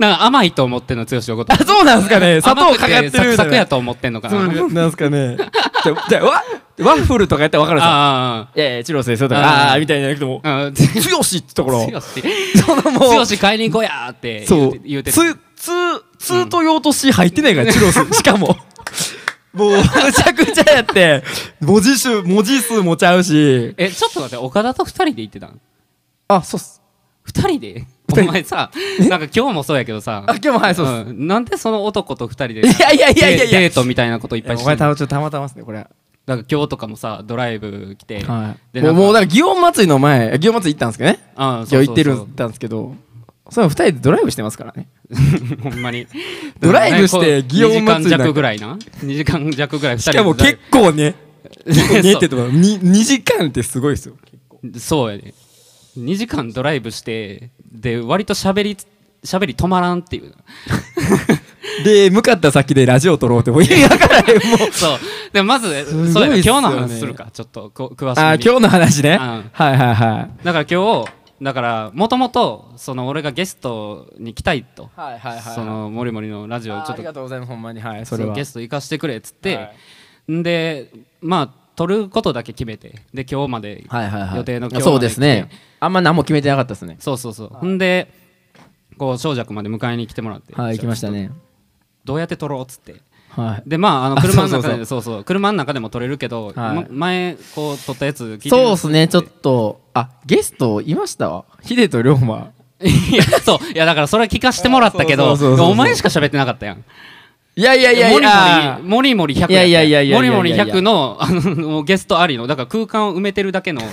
Speaker 2: なんか甘いと思ってんの剛のこと
Speaker 1: あそうなんすかね 砂糖
Speaker 2: 甘
Speaker 1: か
Speaker 2: く
Speaker 1: かってるみ
Speaker 2: サ
Speaker 1: たい
Speaker 2: ク
Speaker 1: な
Speaker 2: サクやと思ってんのかな
Speaker 1: そうなんすかねじゃじゃわワッフルとかやったら分かるんですよ
Speaker 2: あ
Speaker 1: いやいやチュロスですよと
Speaker 2: うん
Speaker 1: かああーみたいになくても
Speaker 2: あああうん
Speaker 1: 「強し」ってところ
Speaker 2: 剛し
Speaker 1: そのもう
Speaker 2: 剛し買いに行こうやーって言
Speaker 1: そう
Speaker 2: て言うて
Speaker 1: ツーツーツーと用とし入ってないからチュロスしかももう、むちゃくちゃやって、文字数、文字数もちゃうし。
Speaker 2: え、ちょっと待って、岡田と二人で行ってたん
Speaker 1: あ、そうっす。
Speaker 2: 二人でお前さ、なんか今日もそうやけどさ
Speaker 1: あ、、今日もはい、そうっす。
Speaker 2: うんなんでその男と二人で
Speaker 1: いやいやいやいやいや
Speaker 2: デートみたいなこといっぱいし
Speaker 1: お
Speaker 2: て
Speaker 1: 前
Speaker 2: んの
Speaker 1: たちょっとたまたまっすね、これは。
Speaker 2: なんか今日とかもさ、ドライブ来て、
Speaker 1: はい。
Speaker 2: で
Speaker 1: も
Speaker 2: な
Speaker 1: う、
Speaker 2: んか
Speaker 1: もうだから、祇園祭りの前、祇園祭り行ったんですけどね。
Speaker 2: あ
Speaker 1: 今日行ってる
Speaker 2: ん
Speaker 1: 行ったんですけど、それも二人でドライブしてますからね。
Speaker 2: ほんまに。
Speaker 1: ドライブして祇園祭りなん
Speaker 2: 2
Speaker 1: て
Speaker 2: 時間弱ぐらいな。2時間弱ぐらい2人
Speaker 1: しかも結構ね、結構ねって とこ、に2時間ってすごいですよ。
Speaker 2: 構。そうやね。2時間ドライブして、で、割と喋り、喋り止まらんっていう。
Speaker 1: で、向かった先でラジオ撮ろうって、もう意味わからへん、も う。
Speaker 2: そう。でもまず、
Speaker 1: すごいっすよ
Speaker 2: そ
Speaker 1: ね
Speaker 2: うやな今日の話するか、ちょっとこ詳しく。
Speaker 1: あー、今日の話ね。
Speaker 2: うん
Speaker 1: はいはいはい。
Speaker 2: だから今日、だから、もともと、その俺がゲストに来たいと。
Speaker 1: はいはいはい。
Speaker 2: その、もりもりのラジオ、
Speaker 1: あ
Speaker 2: ちょ
Speaker 1: ーあ
Speaker 2: っ
Speaker 1: り
Speaker 2: と
Speaker 1: がとうございます、ほんまに。はい、そ
Speaker 2: そ
Speaker 1: れ
Speaker 2: れ
Speaker 1: は。
Speaker 2: ゲスト行かしてくれっつって、
Speaker 1: はい
Speaker 2: んでまあ撮ることだけ決めてで今日まで
Speaker 1: はいはいはい。
Speaker 2: 予定の今日まで来て
Speaker 1: そうですね。あんま何も決めてなかったですね。
Speaker 2: そうそうそう、ほんでこう小尺まで迎えに来てもらって、
Speaker 1: はい、行きましたね。
Speaker 2: どうやって撮ろうっつって
Speaker 1: はい。
Speaker 2: でまああの
Speaker 1: あ
Speaker 2: 車の中で
Speaker 1: そうそう
Speaker 2: そうそう車の中でも撮れるけど、
Speaker 1: はい
Speaker 2: ま前こう撮ったやつ聞いて
Speaker 1: そうですね、ちょっ
Speaker 2: と
Speaker 1: と、あ、ゲストいましたわ。ヒデと龍馬。
Speaker 2: いやそういやだからそれは聞かしてもらったけ
Speaker 1: あ
Speaker 2: ど
Speaker 1: そうそうそうそう
Speaker 2: お前しか喋ってなかったやん
Speaker 1: いやいやいやいや。
Speaker 2: モリモリ、モリモリ100やった
Speaker 1: いやいやいやいやいや
Speaker 2: モリモリ100の、あの、もうゲストありの、だから空間を埋めてるだけの、い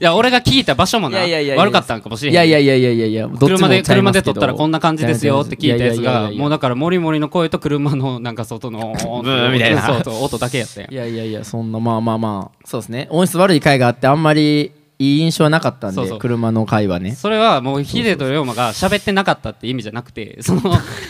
Speaker 2: や、俺が聞いた場所もな、悪かったんかもしれへん。
Speaker 1: いやいやいやいやいやいや、どっちも
Speaker 2: 車で、
Speaker 1: ちゃい
Speaker 2: 車
Speaker 1: ます
Speaker 2: で
Speaker 1: け
Speaker 2: 撮っ
Speaker 1: ど
Speaker 2: たらこんな感じですよって聞いたやつ
Speaker 1: や
Speaker 2: が、
Speaker 1: や
Speaker 2: もうだから、モリモリの声と車の、なんか外の、
Speaker 1: ブー みたいな
Speaker 2: そうそう、音だけやったやん
Speaker 1: い。やいやいやいやいやいやいや、そんな、まあまあまあ、そうですね。音質悪い回があって、あんまりいい印象はなかったん
Speaker 2: そう
Speaker 1: で
Speaker 2: そ、う
Speaker 1: 車の回はね。
Speaker 2: それはもうヒデと龍馬が喋ってなかったって意味じゃなくて その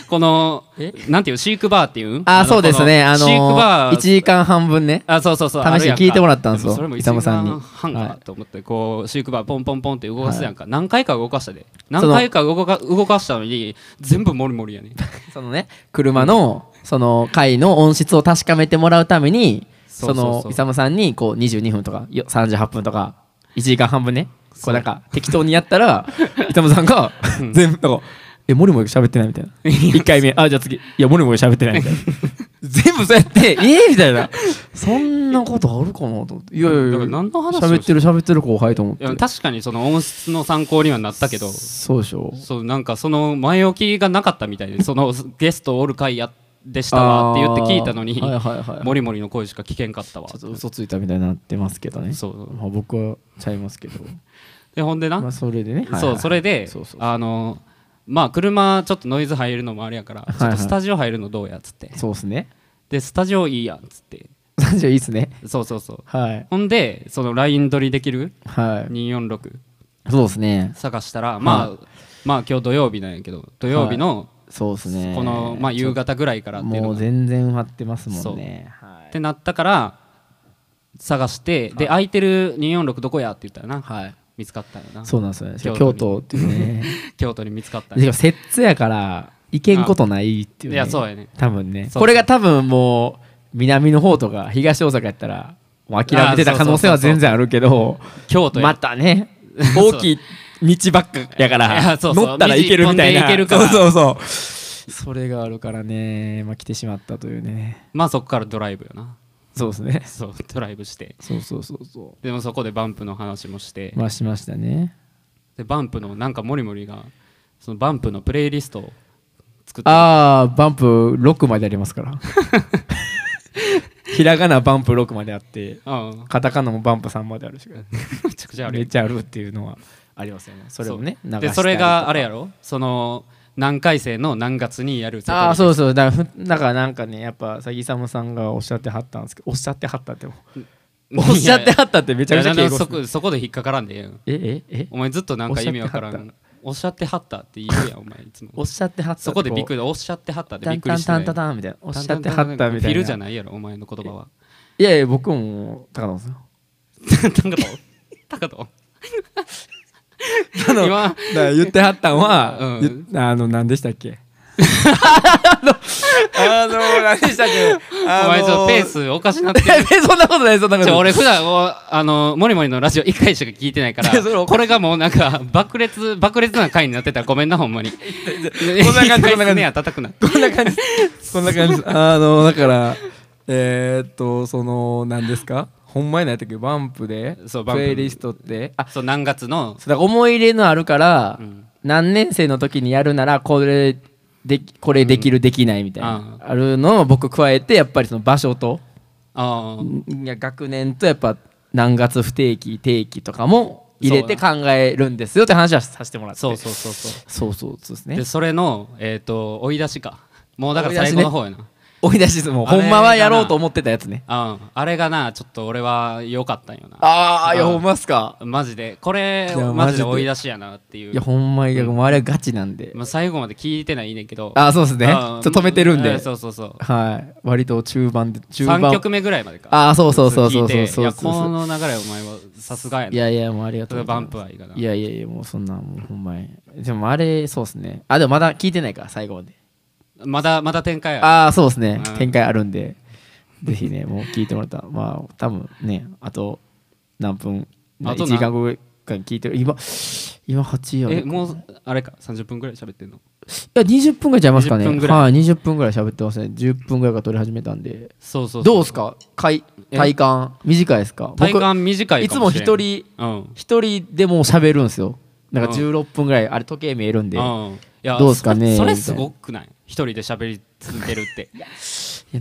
Speaker 2: この
Speaker 1: え
Speaker 2: なんていう飼育バーっていうん
Speaker 1: あ
Speaker 2: の
Speaker 1: ー、そうですね。
Speaker 2: こ
Speaker 1: あ
Speaker 2: 飼育
Speaker 1: の
Speaker 2: バ
Speaker 1: ー、1
Speaker 2: ー
Speaker 1: 時間半分ね。
Speaker 2: あそうそうそう
Speaker 1: 試しに聞いてもらったんですよ
Speaker 2: あるやか
Speaker 1: イサムさんに
Speaker 2: でもそれも1時間半
Speaker 1: は
Speaker 2: かと思ってこうシークバーポンポンポンって動かすやんか何回か動かしたで何回か動か動かしたのに全部モリモリやね
Speaker 1: そのね、車の、その回の音質を確かめてもらうために、
Speaker 2: そ
Speaker 1: そう
Speaker 2: そうそう
Speaker 1: の、イサムさんに、こう、22分とか、よ38分とか、1時間半分ね、こうなんか、適当にやっ たら、イサムさんが、全部、なんか、え、モリモリ喋ってないみたいな。1回目、あ、じゃあ次、いや、モリモリ喋ってないみ たいな。全部そうやって、えー、みたいな。そんなことあるかなと思って。いやいやい
Speaker 2: だ
Speaker 1: や
Speaker 2: から、何の話を
Speaker 1: 喋ってる喋ってる後輩と思っ
Speaker 2: い
Speaker 1: て
Speaker 2: や。確かにその音質の参考にはなったけど
Speaker 1: そうでしょ。
Speaker 2: そうなんかその前置きがなかったみたいでそのゲストおる回やでしたわって言って聞いたのに
Speaker 1: あーはいはいはいはい
Speaker 2: モリモリの声しか聞けんかったわ
Speaker 1: ちょっと嘘ついたみたいになってますけどね。
Speaker 2: そう
Speaker 1: まあ、僕はちゃいますけど。
Speaker 2: でほんでな
Speaker 1: まあ、それでね。
Speaker 2: そうそれで
Speaker 1: そうそう
Speaker 2: あのまあ車ちょっとノイズ入るのもあれやから
Speaker 1: はい
Speaker 2: ちょっとスタジオ入るのどうやっつって
Speaker 1: そうっすね。
Speaker 2: でスタジオいいやんっつって
Speaker 1: 三十いいっすね。
Speaker 2: そうそうそう
Speaker 1: はい。
Speaker 2: ほんでその LINE 撮りできる
Speaker 1: は
Speaker 2: 246
Speaker 1: い。そうっすね。
Speaker 2: 探したらまあまあ今日土曜日なんやけど土曜日の
Speaker 1: そうっすね。
Speaker 2: このまあ夕方ぐらいからっていう
Speaker 1: も
Speaker 2: の
Speaker 1: う
Speaker 2: が
Speaker 1: 全然埋まってますもんね。は
Speaker 2: っ
Speaker 1: い。
Speaker 2: てなったから探してで空いてる246どこやって言ったらな
Speaker 1: はい。
Speaker 2: 見つかったよな
Speaker 1: そうなんですよね。
Speaker 2: 京都に
Speaker 1: 京都っていうね。
Speaker 2: 京都に見つかったん
Speaker 1: し
Speaker 2: や
Speaker 1: かも、摂津やから、行けんことないってい
Speaker 2: い
Speaker 1: う、ね。
Speaker 2: やそうやね
Speaker 1: 多分ね
Speaker 2: そうそう
Speaker 1: これが多分もう南の方とか東大阪やったらもう諦めてた可能性は全然あるけど
Speaker 2: 京都や
Speaker 1: また ね
Speaker 2: そう
Speaker 1: 大きい道ばっかやか
Speaker 2: い
Speaker 1: ら
Speaker 2: やそうそう
Speaker 1: 乗ったらいけるみたい
Speaker 2: 道
Speaker 1: な
Speaker 2: 一本で行けるから
Speaker 1: そうそうそうそれがあるからね、まあ、来てしまったというね
Speaker 2: まあそこからドライブよな
Speaker 1: そうですね
Speaker 2: そうドライブして
Speaker 1: そうそうそうそ
Speaker 2: でもそこでバンプの話もして
Speaker 1: うまあしましたね
Speaker 2: でバンプのなんかモリモリがそのバンプのプレイリストを作って
Speaker 1: ああバンプ6までありますからひらがなバンプ6まであって
Speaker 2: ああ
Speaker 1: カタカナもバンプ3まであるし
Speaker 2: めちゃくちゃある
Speaker 1: め
Speaker 2: よ
Speaker 1: っちゃあるっていうのはありますよね。それもね、
Speaker 2: そう
Speaker 1: 流したり
Speaker 2: で
Speaker 1: とか
Speaker 2: それがあれやろその何回生の何月にやる
Speaker 1: ああ
Speaker 2: う
Speaker 1: そうそうだからふだからなんかねやっぱさぎさむさんがおっしゃってはったんですけどおっしゃってはったってもうおっしゃってはったってめちゃくちゃ敬語っす
Speaker 2: そ
Speaker 1: ね
Speaker 2: こそこで引っかからんでええやん
Speaker 1: えええ
Speaker 2: お前ずっとなんか意味わから
Speaker 1: おっしゃって
Speaker 2: んおっしゃってはったって言うやんお前いつ
Speaker 1: お
Speaker 2: も
Speaker 1: っしゃってはったって
Speaker 2: そこでびっく
Speaker 1: り
Speaker 2: りおっしゃってはったで
Speaker 1: タ
Speaker 2: びっ
Speaker 1: ン
Speaker 2: く
Speaker 1: タ
Speaker 2: り
Speaker 1: ン
Speaker 2: して
Speaker 1: タンタンタンみたいなお
Speaker 2: お
Speaker 1: っしゃってはったみたいな
Speaker 2: フィルじゃ
Speaker 1: い
Speaker 2: ないやろお前の言葉はい
Speaker 1: やいや僕も高野さん
Speaker 2: 高藤高藤今
Speaker 1: だから言ってはったんは、
Speaker 2: うん
Speaker 1: ゆあの何でしたっけあのあの何でしたっけ
Speaker 2: お前ちょっとペー
Speaker 1: い
Speaker 2: スおかしなってる
Speaker 1: やそんなことないそんなこ
Speaker 2: ち
Speaker 1: とない
Speaker 2: ょ俺普段おあのモリモリのラジオ1回しか聞いてないか
Speaker 1: いやそれ
Speaker 2: らこれがもうなんか爆裂爆裂な回になってたらごめんなほんまにこ
Speaker 1: んな感じこんな感じ
Speaker 2: ね叩くな
Speaker 1: こんな感じ。こんな感じ。あの、だから、
Speaker 4: えーっとその何ですかほんまに何やったっけバンプで
Speaker 2: そうバン
Speaker 4: プ
Speaker 2: プ
Speaker 4: レイリストってあ
Speaker 2: そう何月の
Speaker 1: そうだから思い入れのあるから、
Speaker 2: ん
Speaker 1: 何年生の時にやるならこれできこれできる、できないみたいな、あるのを僕加えてやっぱりその場所と
Speaker 2: あー
Speaker 1: いや学年とやっぱ何月不定期定期とかも入れて考えるんですよって話はさせてもらって
Speaker 2: そうそうそうそう
Speaker 1: そうそうそうです
Speaker 2: で
Speaker 1: ね
Speaker 2: それのえっ、と追い出しかもうだから最後の方やな、
Speaker 1: 追い出しですもう
Speaker 2: あれ
Speaker 1: ほんまはやろうと思ってたやつね
Speaker 2: あーあれがなちょっと俺は良かったんよな
Speaker 1: ああいや
Speaker 2: あ
Speaker 1: ほんまっすか
Speaker 2: マジでこれ
Speaker 4: いや
Speaker 2: マ
Speaker 4: マジ
Speaker 2: ジで
Speaker 4: で
Speaker 2: 追い出しやなっていう
Speaker 1: いやほんまいやもうあれはガチなんで、
Speaker 2: まあ、最後まで聞いてないねんけど
Speaker 1: ああそうですねちょ
Speaker 2: あー
Speaker 1: っと止めてるん
Speaker 2: う
Speaker 1: で
Speaker 2: うそうそうそう
Speaker 1: はい割と中盤で中盤
Speaker 2: 3曲目ぐらいまでか
Speaker 1: ああそうそうそうそう
Speaker 2: 聞
Speaker 1: そ
Speaker 2: いうてい
Speaker 1: そう
Speaker 2: や
Speaker 1: そう
Speaker 2: この流れお前はさすがや
Speaker 1: い
Speaker 2: な
Speaker 1: やいやもうありが
Speaker 2: そ
Speaker 1: と
Speaker 2: れ
Speaker 1: う
Speaker 2: がバンプはいいかない
Speaker 1: やいやいやもうそんなもうほんまにでもあれそうですねあでもまだ聞いてないから最後まで
Speaker 2: まだまだ展開あ
Speaker 1: ああそうですね
Speaker 2: うん
Speaker 1: 展開あるんでぜひねもう聞いてもらったらまあ多分ねあと何分
Speaker 2: あ
Speaker 1: 1
Speaker 2: とな
Speaker 1: 時間後かに聞いてる今今8や
Speaker 2: え
Speaker 1: い
Speaker 2: もうあれか30分ぐらい喋ってんの
Speaker 1: や20分ぐらいちゃいますかね
Speaker 2: 20分ぐらい
Speaker 1: はい20分ぐらい喋ってますね10分ぐらいから撮り始めたんで
Speaker 2: そうそうそう
Speaker 1: どうですかかい
Speaker 2: え
Speaker 1: 体感短いですか
Speaker 2: 体
Speaker 1: 僕
Speaker 2: 感短い
Speaker 1: い
Speaker 2: か
Speaker 1: つも
Speaker 2: しれん
Speaker 1: 一人
Speaker 2: うん
Speaker 1: 一人でもう喋るんですよなんか
Speaker 2: うん
Speaker 1: 16分ぐらいあれ時計見えるんで
Speaker 2: うんいや
Speaker 1: どうですかね
Speaker 2: それ
Speaker 1: みた
Speaker 2: そ
Speaker 1: い
Speaker 2: れ
Speaker 1: な
Speaker 2: すごくない一人で喋り続けるって
Speaker 1: いや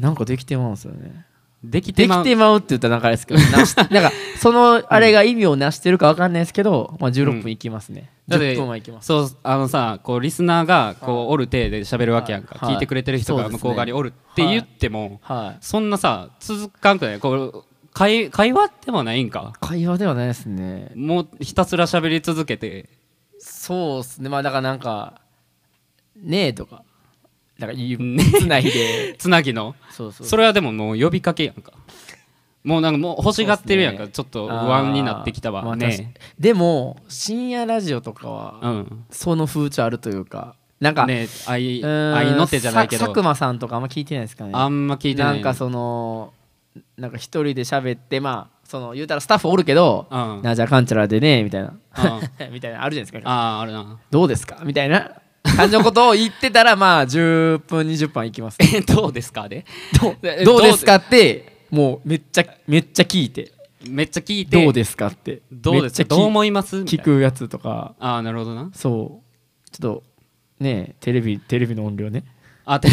Speaker 1: なんかできてまうんですよね
Speaker 2: でき
Speaker 1: で
Speaker 2: てま
Speaker 1: き
Speaker 2: う
Speaker 1: てまうって言ったらなんかあれ ですけどなしなんかそのあれが意味をなしてるかわかんないですけど、まあ、16分いきますね、
Speaker 2: だって
Speaker 1: 10分はいきます
Speaker 2: そうあのさこうリスナーがこうおる体で喋るわけやんか
Speaker 1: はい
Speaker 2: 聞いてくれてる人
Speaker 1: そ
Speaker 2: が
Speaker 1: うですね
Speaker 2: 向こう側におるって言っても
Speaker 1: はい
Speaker 2: そんなさ続かんくないこう会会話でもないんか
Speaker 1: 会話ではないですね
Speaker 2: もうひたすら喋り続けて
Speaker 1: そうっすねまあだからなんか「ねえ」とかなんか言
Speaker 2: ね
Speaker 1: うつないで
Speaker 2: つなぎの
Speaker 1: そうそう
Speaker 2: それはでももう呼びかけやんかもうなんかもう欲しがってるやんか、
Speaker 1: そうっすね
Speaker 2: ちょっと不安になってきた
Speaker 1: あーま
Speaker 2: わ
Speaker 1: あ
Speaker 2: ね
Speaker 1: 確かでも深夜ラジオとかは
Speaker 2: うん
Speaker 1: その風潮あるというかなんか、
Speaker 2: ね愛
Speaker 1: うーん
Speaker 2: 愛の手じゃないけ
Speaker 1: さ
Speaker 2: ど
Speaker 1: 佐久間さんとかあんま聞いてないですかね
Speaker 2: あんま聞いてない
Speaker 1: なんかそのなんか一人で喋ってまあその言うたらスタッフおるけど、
Speaker 2: うん
Speaker 1: なんじゃかんちゃらでねみたいな、
Speaker 2: う
Speaker 1: みたいなあるじゃないですか
Speaker 2: あああるな
Speaker 1: どうですかみたいな感じのことを言ってたらまあ10分20分いきます
Speaker 2: えどうですかで
Speaker 1: ど
Speaker 2: え
Speaker 1: うどうですかってもうめっちゃめっちゃ聞いて
Speaker 2: めっちゃ聞いて
Speaker 1: どうですかって
Speaker 2: どうです
Speaker 1: めっち
Speaker 2: か
Speaker 1: ゃ聞
Speaker 2: どう思いますみたい
Speaker 1: 聞
Speaker 2: な
Speaker 1: くやつとか
Speaker 2: ああなるほどな
Speaker 1: そうちょっとねテレビテレビの音量ね
Speaker 2: あて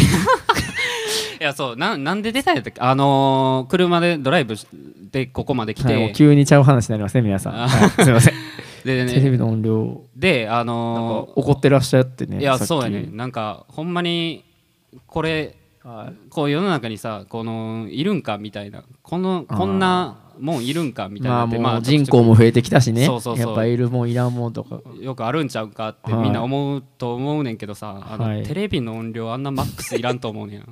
Speaker 2: いやそうなんなんで出たんやったっけあのー車でドライブしでここまで来て、
Speaker 1: はいもう急にちゃう話になりますね皆さん、
Speaker 2: あ
Speaker 1: はいすいません、
Speaker 2: で
Speaker 1: テレ
Speaker 2: ね
Speaker 1: ビの音量
Speaker 2: であ
Speaker 1: なんか
Speaker 2: のー
Speaker 1: 怒ってらっしゃってね
Speaker 2: いや
Speaker 1: さっき
Speaker 2: そうやねなんかほんまにこれ
Speaker 1: はい
Speaker 2: こう世の中にさこのいるんかみたいなこのこんなもんいるんかみたい
Speaker 1: ま
Speaker 2: な
Speaker 1: あ
Speaker 2: って
Speaker 1: もう人口
Speaker 2: も
Speaker 1: も増えてきたしね
Speaker 2: そうそうそう
Speaker 1: やっぱいるもんいらんもんとか
Speaker 2: よくあるんちゃうかって
Speaker 1: はい
Speaker 2: みんな思うと思うねんけどさあの
Speaker 1: はい
Speaker 2: テレビの音量あんなマックスいらんと思う ねん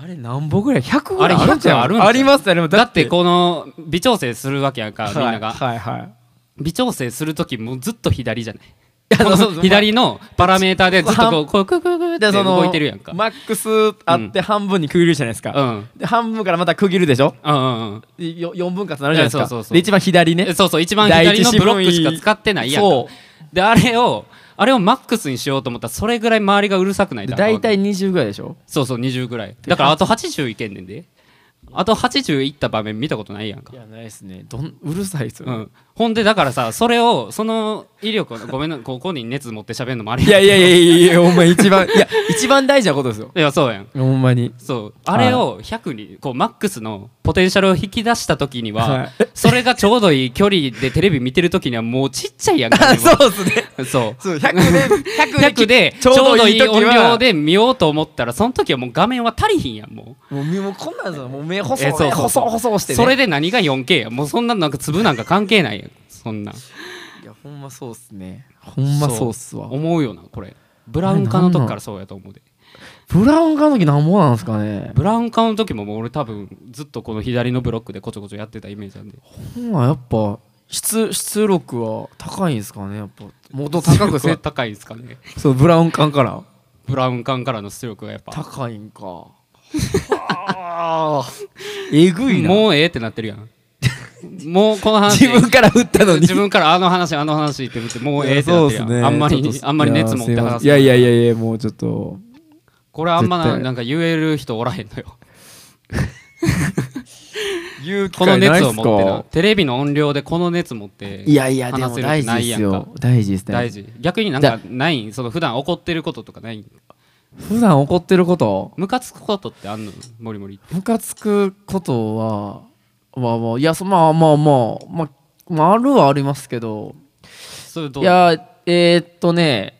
Speaker 1: あれ何本ぐらい100
Speaker 2: ぐらいあるんちゃう
Speaker 1: ありますあります
Speaker 2: だってこの微調整するわけやんかみんなが
Speaker 1: はいはいはい
Speaker 2: 微調整する時もずっと左じゃない
Speaker 1: や
Speaker 2: この
Speaker 1: そうそう
Speaker 2: 左のパラメーターでずっとこうこうクククって
Speaker 1: でその
Speaker 2: 動いてるやんか
Speaker 1: マックスあって半分に区切るじゃないです
Speaker 2: う
Speaker 1: か、
Speaker 2: んうん
Speaker 1: で半分からまた区切るでしょ
Speaker 2: うんうん
Speaker 1: でよ4分割になるじゃないですか
Speaker 2: いやそうそうそう
Speaker 1: で一番左ね
Speaker 2: えそうそう一番左のブロックしか使ってないやんか
Speaker 1: そ
Speaker 2: であれをあれをマックスにしようと思ったらそれぐらい周りがうるさくな
Speaker 1: う
Speaker 2: い
Speaker 1: で
Speaker 2: とあかん
Speaker 1: 大体20ぐらいでしょ
Speaker 2: そうそう20ぐらいだからあと80いけんねんであと80いった場面見たことないやんか
Speaker 1: いやないですねどんうるさいですよ
Speaker 2: う
Speaker 1: ね、
Speaker 2: ん、ほんでだからさそれをその威力をごめんなここに熱持って喋るのもあれ
Speaker 1: いやいやいやいやいやお前一番いや一番大事なことですよ
Speaker 2: いやそうやん
Speaker 1: ほんまに
Speaker 2: そうあれを100にこうマックスのポテンシャルを引き出した時には、
Speaker 1: はい
Speaker 2: それがちょうどいい距離でテレビ見てる時にはもうちっちゃいやん かでも
Speaker 1: そうですね
Speaker 2: そう
Speaker 1: そう100で
Speaker 2: 100でち
Speaker 1: ち
Speaker 2: ょ
Speaker 1: ょ
Speaker 2: う
Speaker 1: う
Speaker 2: ど
Speaker 1: ど
Speaker 2: い
Speaker 1: い
Speaker 2: い
Speaker 1: い時は
Speaker 2: 音量で見ようと思ったらその時はもう画面は足りひんやんも
Speaker 1: もうみもうこんなんですよもう目細
Speaker 2: えそうそう
Speaker 1: 目細細し
Speaker 2: う
Speaker 1: てね
Speaker 2: それで何が 4K やもうそんななんか粒なんか関係ないやんそんない
Speaker 1: やほんまそうっすねほんまそうっすわ
Speaker 2: 思うよなこれブラウン化の時からそうやと思うで
Speaker 1: ブラウン化の時なんぼなんですかね
Speaker 2: ブラウン化の時ももう俺多分ずっとこの左のブロックでこちょこちょやってたイメージなんで
Speaker 1: ほんまやっぱ出出力は高いんですかねやっぱ元高く
Speaker 2: 出力は
Speaker 1: せ
Speaker 2: 高いですかね
Speaker 1: そうブラウン感から
Speaker 2: ブラウン感からの出力がやっぱ
Speaker 1: 高いんかあーえぐいな
Speaker 2: もうええってなってるやん もうこの話
Speaker 1: 自分から振ったのに
Speaker 2: 自分からあの話あの話って言ってもうええってなってるやん、あんま
Speaker 4: ちょ
Speaker 2: り
Speaker 4: っと
Speaker 2: あんまり熱持って話す
Speaker 4: いやいやいやいやもうちょっと
Speaker 2: これあんま
Speaker 4: 絶
Speaker 2: な
Speaker 4: 対
Speaker 2: なんか言える人おらへんのよ
Speaker 4: 勇気
Speaker 2: この熱を
Speaker 4: す
Speaker 2: 持
Speaker 4: か
Speaker 2: ってなテレビの音量でこの熱持って
Speaker 1: いやいやで
Speaker 2: 話
Speaker 1: も
Speaker 2: せるって
Speaker 1: 大事
Speaker 2: な
Speaker 1: で
Speaker 2: いや
Speaker 1: す
Speaker 2: んか
Speaker 1: よ大事ですね
Speaker 2: 大事逆になんかないんその普段怒ってることとかないん
Speaker 1: 普段怒ってること
Speaker 2: ムカつくことってあんのモリモリ
Speaker 1: ムカつくことはまあまあいやそまあまあまあまあ、まあ、あるはありますけど
Speaker 2: それど
Speaker 1: いうやえー、っとね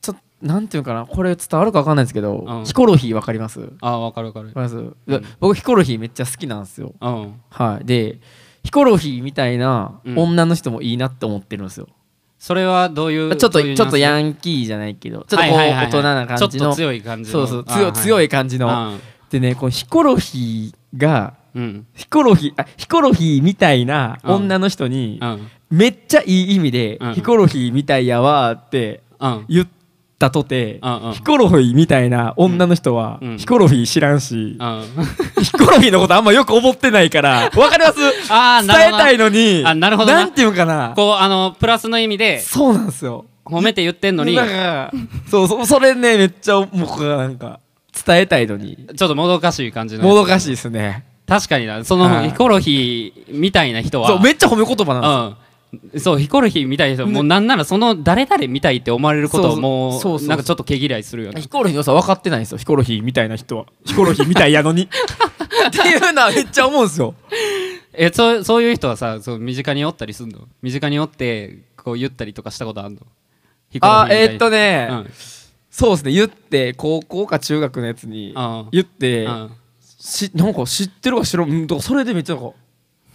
Speaker 1: ちょっとなんていうのかなこれ伝わるかわかんないですけど、
Speaker 2: うん
Speaker 1: ヒコロヒーわかりますわか
Speaker 2: あわかるわかる
Speaker 1: ります、いや僕ヒコロヒーめっちゃ好きなんですよ
Speaker 2: うん
Speaker 1: はいでヒコロヒーみたいな
Speaker 2: うん
Speaker 1: 女の人もいいなって思ってるんですよ、
Speaker 2: それはどういう
Speaker 1: ちょっと
Speaker 2: どういう
Speaker 1: ちょっと
Speaker 2: ニュア
Speaker 1: ヤ
Speaker 2: ンス
Speaker 1: ンキーじゃないけどちょっとこう
Speaker 2: はいはいはい
Speaker 1: 大人な感じ
Speaker 2: ちょっ
Speaker 1: の
Speaker 2: と強い感じ
Speaker 1: そ
Speaker 2: の
Speaker 1: うそう
Speaker 2: あ
Speaker 1: 強,、
Speaker 2: はい
Speaker 1: い、強い感じの、でねこのヒコロヒーが
Speaker 2: うんうん
Speaker 1: ヒコロヒーあヒコロヒーみたいな
Speaker 2: うん
Speaker 1: 女の人に
Speaker 2: うん
Speaker 1: めっちゃいい意味で
Speaker 2: うん
Speaker 1: ヒコロヒーみたいやわーって
Speaker 2: うん
Speaker 1: 言ったとて
Speaker 2: うんうん
Speaker 1: ヒコロヒーみたいな女の人は
Speaker 2: うん
Speaker 1: ヒコロヒー知らんし
Speaker 2: あ
Speaker 1: ヒコロヒーのことあんまよく思ってないからわかります
Speaker 2: あー
Speaker 1: 伝え
Speaker 2: なるほど
Speaker 1: たいのに
Speaker 2: あなるほどなん
Speaker 1: ていうのかな
Speaker 2: こうあのプラスの意味で
Speaker 1: そうなんですよ
Speaker 2: 褒めて言ってんのに
Speaker 1: だからそうそうそれねめっちゃ僕がなんか伝えたいのに
Speaker 2: ちょっともどかしい感じの
Speaker 1: もどかしいですね
Speaker 2: 確かになそ
Speaker 1: は
Speaker 2: の
Speaker 1: い
Speaker 2: ヒコロヒーみたいな人は
Speaker 1: そうめっちゃ褒め言葉なんですよ
Speaker 2: うん、そうヒコロヒーみたいな人もうなんならその誰々みたいって思われることをも
Speaker 1: そうそうそう
Speaker 2: う
Speaker 1: そう
Speaker 2: なんかちょっと毛嫌いするよね
Speaker 1: ヒコロヒーの良さ分かってないんですよヒコロヒーみたいな人はヒコロヒーみたいやのに っていうのはめっちゃ思うん ですよ
Speaker 2: えそうそういう人はさそう身近におったりすんの身近におってこう言ったりとかしたことあんのヒコロヒー
Speaker 1: あ
Speaker 2: みたい
Speaker 1: え
Speaker 2: な
Speaker 1: ーっとね、
Speaker 2: うん
Speaker 1: そうですね言って高校か中学のやつに
Speaker 2: うん
Speaker 1: 言って、
Speaker 2: うん
Speaker 1: しなんか知ってるか知らんうんとかそれでめっちゃなんか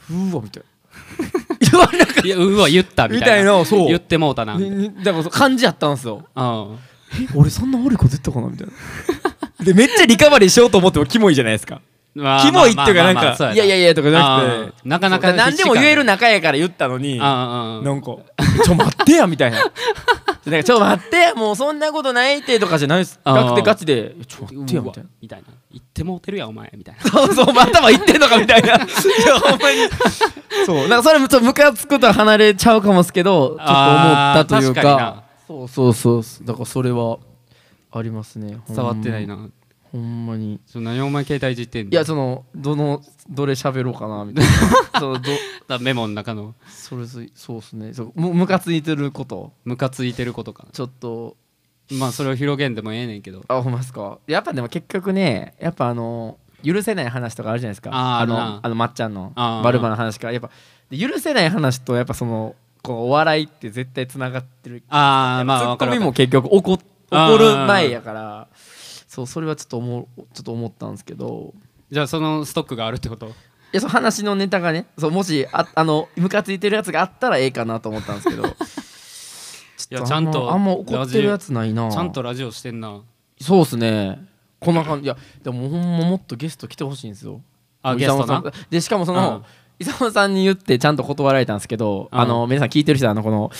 Speaker 1: うーわみたいな 言われなかっ
Speaker 2: いやうわ言ったみたいな
Speaker 1: みたいなそう
Speaker 2: 言ってもうたな
Speaker 1: た
Speaker 2: みた
Speaker 1: ね
Speaker 2: いな
Speaker 1: ねだからそう感じやったんですよ
Speaker 2: うん
Speaker 1: え俺そんな悪いこと言ったかなみたいな でめっちゃリカバリーしようと思ってもキモいじゃないですか
Speaker 2: まあ
Speaker 1: キモいっていうか
Speaker 2: ま
Speaker 1: な
Speaker 2: あ
Speaker 1: ん
Speaker 2: まあまあそうな
Speaker 1: か「
Speaker 2: い
Speaker 1: やいやいや」とかじゃなくて
Speaker 2: うんなかなか
Speaker 1: そう何でも言える仲やから言ったのに
Speaker 2: うんうんうん
Speaker 1: なんか「ちょ待ってや」みたいな「なんかちょ待ってやもうそんなことないって」とかじゃないです
Speaker 2: あー
Speaker 1: なくてガチで「ちょ待ってや」
Speaker 2: う
Speaker 1: み
Speaker 2: わ
Speaker 1: たいな。
Speaker 2: みたいな言ってもうてるやんお前みた いな
Speaker 1: そうそう、頭いってんのかみたいな。いや、ほんまに。そう、なんかそれもちょっとムカつくとは離れちゃうかもですけど、ちょっと思ったという
Speaker 2: あ
Speaker 1: か。そうそうそう、だからそれはありますね。ほんま
Speaker 2: 伝わってない。な
Speaker 1: ほんまに。
Speaker 2: そんなにお前携帯いじってんの
Speaker 1: いや、その、どの、どれ喋ろうかなみたいな。そう、ど、
Speaker 2: だメモの中の
Speaker 1: それぞれそうですね。そう、む、ムカついてること、
Speaker 2: ムカついてることかな
Speaker 1: ちょっと。
Speaker 2: まあそれを広げんでもええねんけど
Speaker 1: あ、ほんまっすか。やっぱでも、結局ね、やっぱあの。許せない話とかあるじゃないですか
Speaker 2: あーあるな
Speaker 1: のあのまっちゃんの
Speaker 2: あー
Speaker 1: バルバの話からやっぱで許せない話とやっぱそのこうお笑いって絶対つながってる
Speaker 2: ああまあ
Speaker 1: ツ
Speaker 2: わ
Speaker 1: ッ
Speaker 2: かる
Speaker 1: コミ
Speaker 2: わ
Speaker 1: も
Speaker 2: か
Speaker 1: 結局怒っ
Speaker 2: あー
Speaker 1: 怒る前やからそうそれはちょっと思うちょっと思ったんですけど
Speaker 2: るじゃあそのストックがあるってこと
Speaker 1: いやその話のネタがねそうもしああのムカついてるやつがあったらええかなと思ったんで すけどち
Speaker 2: いやちゃんと
Speaker 1: あんま怒ってるやつないな
Speaker 2: ちゃんとラジオしてんな
Speaker 1: そうっすねこんな感じいやでもほんまもっとゲスト来てほしいんですよ
Speaker 2: あ
Speaker 1: もう
Speaker 2: ゲスト
Speaker 1: イサ
Speaker 2: な
Speaker 1: ムさんでしかもそ
Speaker 2: うん
Speaker 1: の伊沢さんに言ってちゃんと断られたんですけど、
Speaker 2: うん
Speaker 1: あの皆さん聞いてる人はあのこの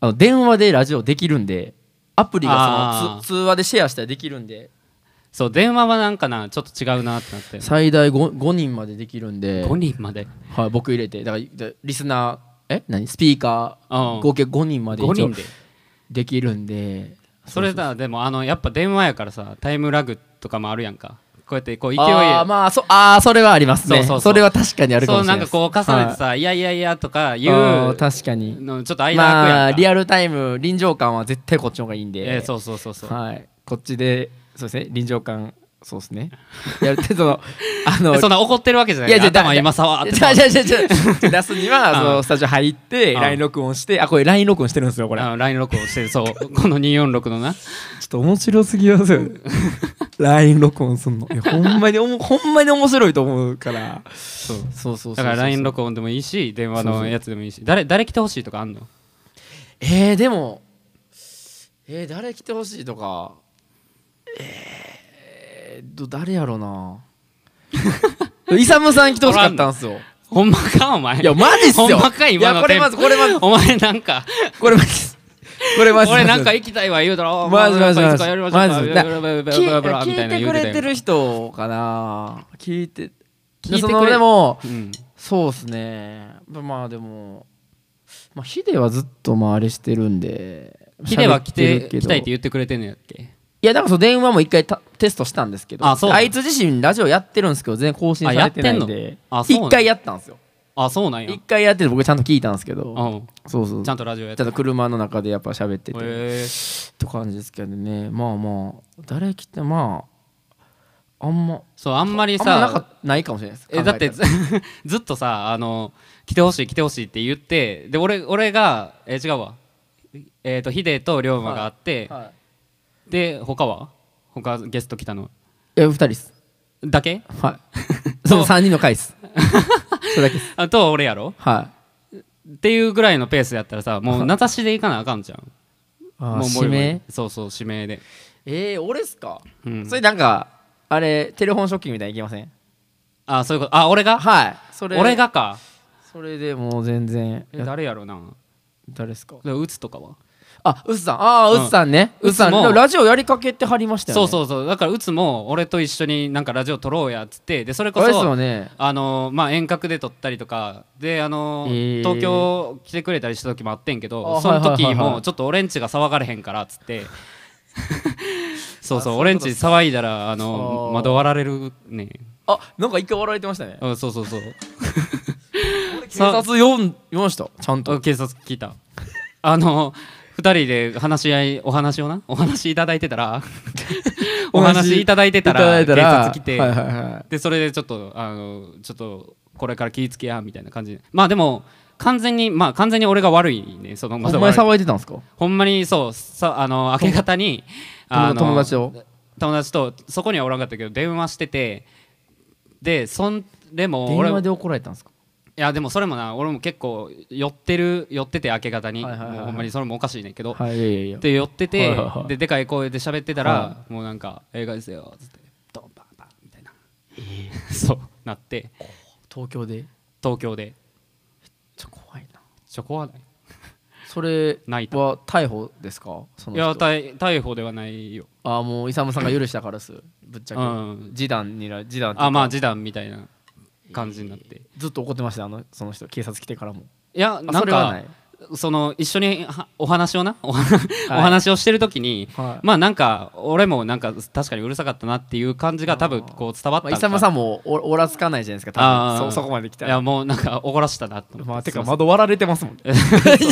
Speaker 1: あの電話でラジオできるんでアプリがそ
Speaker 2: あー
Speaker 1: のつ通話でシェアしたらできるんで
Speaker 2: そう電話はなんかなちょっと違うなってなって
Speaker 1: 最大 5, 5人までできるんで
Speaker 2: 5、人まで
Speaker 1: はい、僕入れてだからでリスナーえ何スピーカ
Speaker 2: うん
Speaker 1: ー合計5人まで
Speaker 2: 5
Speaker 1: 一
Speaker 2: 人
Speaker 1: 応
Speaker 2: で
Speaker 1: できるんで
Speaker 2: それだでもあのやっぱ電話やからさタイムラグとかもあるやんかこうやってこう勢い
Speaker 1: あーまあそあーそれはありますね
Speaker 2: そうそうそう
Speaker 1: れは確かにあるかも
Speaker 2: そう
Speaker 1: しれな
Speaker 2: ないん
Speaker 1: で
Speaker 2: か
Speaker 1: す
Speaker 2: こう重ねてさ「い、やいやいや」とか言
Speaker 1: あー
Speaker 2: う
Speaker 1: 確かに
Speaker 2: のちょっと間空くやんか、
Speaker 1: まあリアルタイム臨場感は絶対こっちの方がいいんで、
Speaker 2: えーそうそうそうそう
Speaker 1: はいこっちでそうですね臨場感そうですねやるってそのあ の
Speaker 2: えそんな怒ってるわけじゃない
Speaker 1: じゃあ
Speaker 2: 頭今さわーって
Speaker 1: じゃあじゃあじゃあじゃあ出すには
Speaker 2: うん
Speaker 1: そのスタジオ入って
Speaker 2: うん
Speaker 1: LINE 録音してあこれ LINE 録音してるんですよこれち
Speaker 2: あ
Speaker 1: ょ
Speaker 2: の LINE 録音してるそうこの246のな
Speaker 1: っと面白すぎますよ ね LINE 録音すんのいやほんまにおもほんまに面白いと思うから
Speaker 2: そう
Speaker 1: そうそうそうそう
Speaker 2: だから LINE 録音でもいいし電話のやつでもいいし誰誰来てほしいとかあんの
Speaker 1: えー、でもえー、誰来てほしいとかえー、ど誰やろなイサムさん来てほしかったんすよ
Speaker 2: ほんまかお前
Speaker 1: いやマジっすよ
Speaker 2: ほんまか今
Speaker 1: い
Speaker 2: の
Speaker 1: やこれまずこれまず
Speaker 2: お前なんか
Speaker 1: これマジですこれマジです
Speaker 2: 俺なんか行きたいわ言うたら
Speaker 1: マジマジ
Speaker 2: ま
Speaker 1: マ
Speaker 2: ず
Speaker 1: ジ
Speaker 2: やりましょうか
Speaker 1: マジ
Speaker 2: ブラ
Speaker 1: だ
Speaker 2: ブラブラブラ
Speaker 1: 聞い
Speaker 2: ブラみた
Speaker 1: 聞
Speaker 2: い
Speaker 1: い
Speaker 2: な
Speaker 1: て
Speaker 2: 言う
Speaker 1: く
Speaker 2: てた
Speaker 1: れてる人かな聞いて
Speaker 2: 聞いてくれ
Speaker 1: そのでも
Speaker 2: やんうん
Speaker 1: そうっすねまあでもまあヒデはずっとまああれしてるんで
Speaker 2: ヒデは来
Speaker 1: 喋
Speaker 2: て
Speaker 1: るけど
Speaker 2: 来たいって言ってくれてんのやっけ
Speaker 1: いやだからその電話も一回たテストしたんですけど
Speaker 2: あそうなんだ
Speaker 1: いつ自身ラジオやってるんですけど全然更新されてないん
Speaker 2: あやって
Speaker 1: で
Speaker 2: んのあそうなん
Speaker 1: 一回やったんですよ
Speaker 2: あそうなんや
Speaker 1: 一回やってて僕ちゃんと聞いたんですけど
Speaker 2: う
Speaker 1: そうそうん
Speaker 2: ち
Speaker 1: ちゃ
Speaker 2: ゃん
Speaker 1: ん
Speaker 2: とラジオやって
Speaker 1: と車の中でやっぱ喋ってて
Speaker 2: へえ
Speaker 1: って感じですけどねまあまあ誰来てまああんま
Speaker 2: そうあんまり
Speaker 1: あんまなん
Speaker 2: さ
Speaker 1: かないかもしれないです
Speaker 2: えだって
Speaker 1: 考
Speaker 2: ず ずっとさあの来てほしい来てほしいって言ってで俺俺がえ違うわえっとヒデと龍馬があっ
Speaker 1: え
Speaker 2: て
Speaker 1: たらはい
Speaker 2: で他は他ゲスト来たの
Speaker 1: え二人です
Speaker 2: だけ
Speaker 1: はい その三人の回っすそれだけです
Speaker 2: あと俺やろ
Speaker 1: はい
Speaker 2: っていうぐらいのペースやったらさもう名指しでいかなあかんじゃん
Speaker 1: あ
Speaker 2: もう
Speaker 1: ー
Speaker 2: もう
Speaker 1: 指名
Speaker 2: そうそう指名で
Speaker 1: えー、俺っすか、
Speaker 2: うん
Speaker 1: それなんかあれテレフォンショッキングみたいにいけません
Speaker 2: あそういうことあ俺が
Speaker 1: はいそれ
Speaker 2: 俺がか
Speaker 1: それでもう全然
Speaker 2: え誰やろな
Speaker 1: 誰っすか
Speaker 2: で打つとかは
Speaker 1: あうっさんああ
Speaker 2: うん
Speaker 1: うっさんねうっさん
Speaker 2: うっすも
Speaker 1: でもラジオやりかけてはりましたよ
Speaker 2: そ
Speaker 1: ね
Speaker 2: うそうそうだからうつも俺と一緒になんかラジオ撮ろうやっつってでそれこ
Speaker 1: あれっすよ
Speaker 2: そ
Speaker 1: ね
Speaker 2: あのーまあ遠隔で撮ったりとかであのー
Speaker 1: えー
Speaker 2: 東京来てくれたりした時もあってんけど
Speaker 1: あ
Speaker 2: その時
Speaker 1: はいはいはいは
Speaker 2: も
Speaker 1: い
Speaker 2: ちょっと俺んちが騒がれへんからっつって そうそう俺んち騒いだらあ
Speaker 1: あ
Speaker 2: の
Speaker 1: ー
Speaker 2: ー窓割られるね
Speaker 1: あなんか一回笑われてましたね
Speaker 2: うんそうそうそう
Speaker 1: 警察読ん読ましたちゃんと
Speaker 2: あ警察聞いたあの二人で話し合いお話をなお話いただいてた らお話いただいてたら
Speaker 1: いただい
Speaker 2: 警察来て、
Speaker 1: はいはいはい
Speaker 2: でそれでちょっとあのちょっとこれから気ぃつけやみたいな感じでまあでも完全にまあ完全に俺が悪いねそのま
Speaker 1: お
Speaker 2: だ
Speaker 1: 前
Speaker 2: 悪い
Speaker 1: 騒いでたんですか
Speaker 2: ほんまにそうさあの明け方にあの
Speaker 1: 友達を
Speaker 2: 友達とそこにはおらんかったけど電話しててでそんでも
Speaker 1: 電
Speaker 2: 俺
Speaker 1: 話で怒られたんですか
Speaker 2: いやでもそれもな俺も結構寄ってる寄ってて明け方に、
Speaker 1: はいはいはいはい
Speaker 2: もうほんまにそれもおかしいねんけど、
Speaker 1: はいいやいやいや
Speaker 2: で寄ってて、
Speaker 1: はいはいはい
Speaker 2: ででかい声で喋ってたら、
Speaker 1: は
Speaker 2: もうなんか映画ですよつってドンバンバンみたいな、 そうなって
Speaker 1: 東京で
Speaker 2: 東京で
Speaker 1: ちょ怖いな
Speaker 2: ちょ怖ない
Speaker 1: それ
Speaker 2: 泣いた
Speaker 1: は逮捕ですかその
Speaker 2: い
Speaker 1: 人
Speaker 2: や逮逮捕ではないよ
Speaker 1: あーもう勇さんが許したからっすぶっちゃけ、
Speaker 2: うん
Speaker 1: 示談にら示談っていうか
Speaker 2: あまあ示談みたいな感じになって、
Speaker 1: ずっと怒ってましたあのその人警察来てからも
Speaker 2: いや
Speaker 1: あ
Speaker 2: なん
Speaker 1: それはな
Speaker 2: か
Speaker 1: い
Speaker 2: その一緒にはお話をな お話お話をしてる時に、
Speaker 1: はい
Speaker 2: まあなんか俺もなんか確かにうるさかったなっていう感じが多分こう伝わった
Speaker 1: まあ、
Speaker 2: んか
Speaker 1: 勇さんもおおらつかないじゃないですか多
Speaker 2: あ
Speaker 1: 分
Speaker 2: ー
Speaker 1: そそこまで来た
Speaker 2: い
Speaker 1: ら
Speaker 2: やもうなんか怒らしたなと思って
Speaker 1: まあて
Speaker 2: すい
Speaker 1: か
Speaker 2: ません
Speaker 1: 窓割られてま すもんね
Speaker 2: い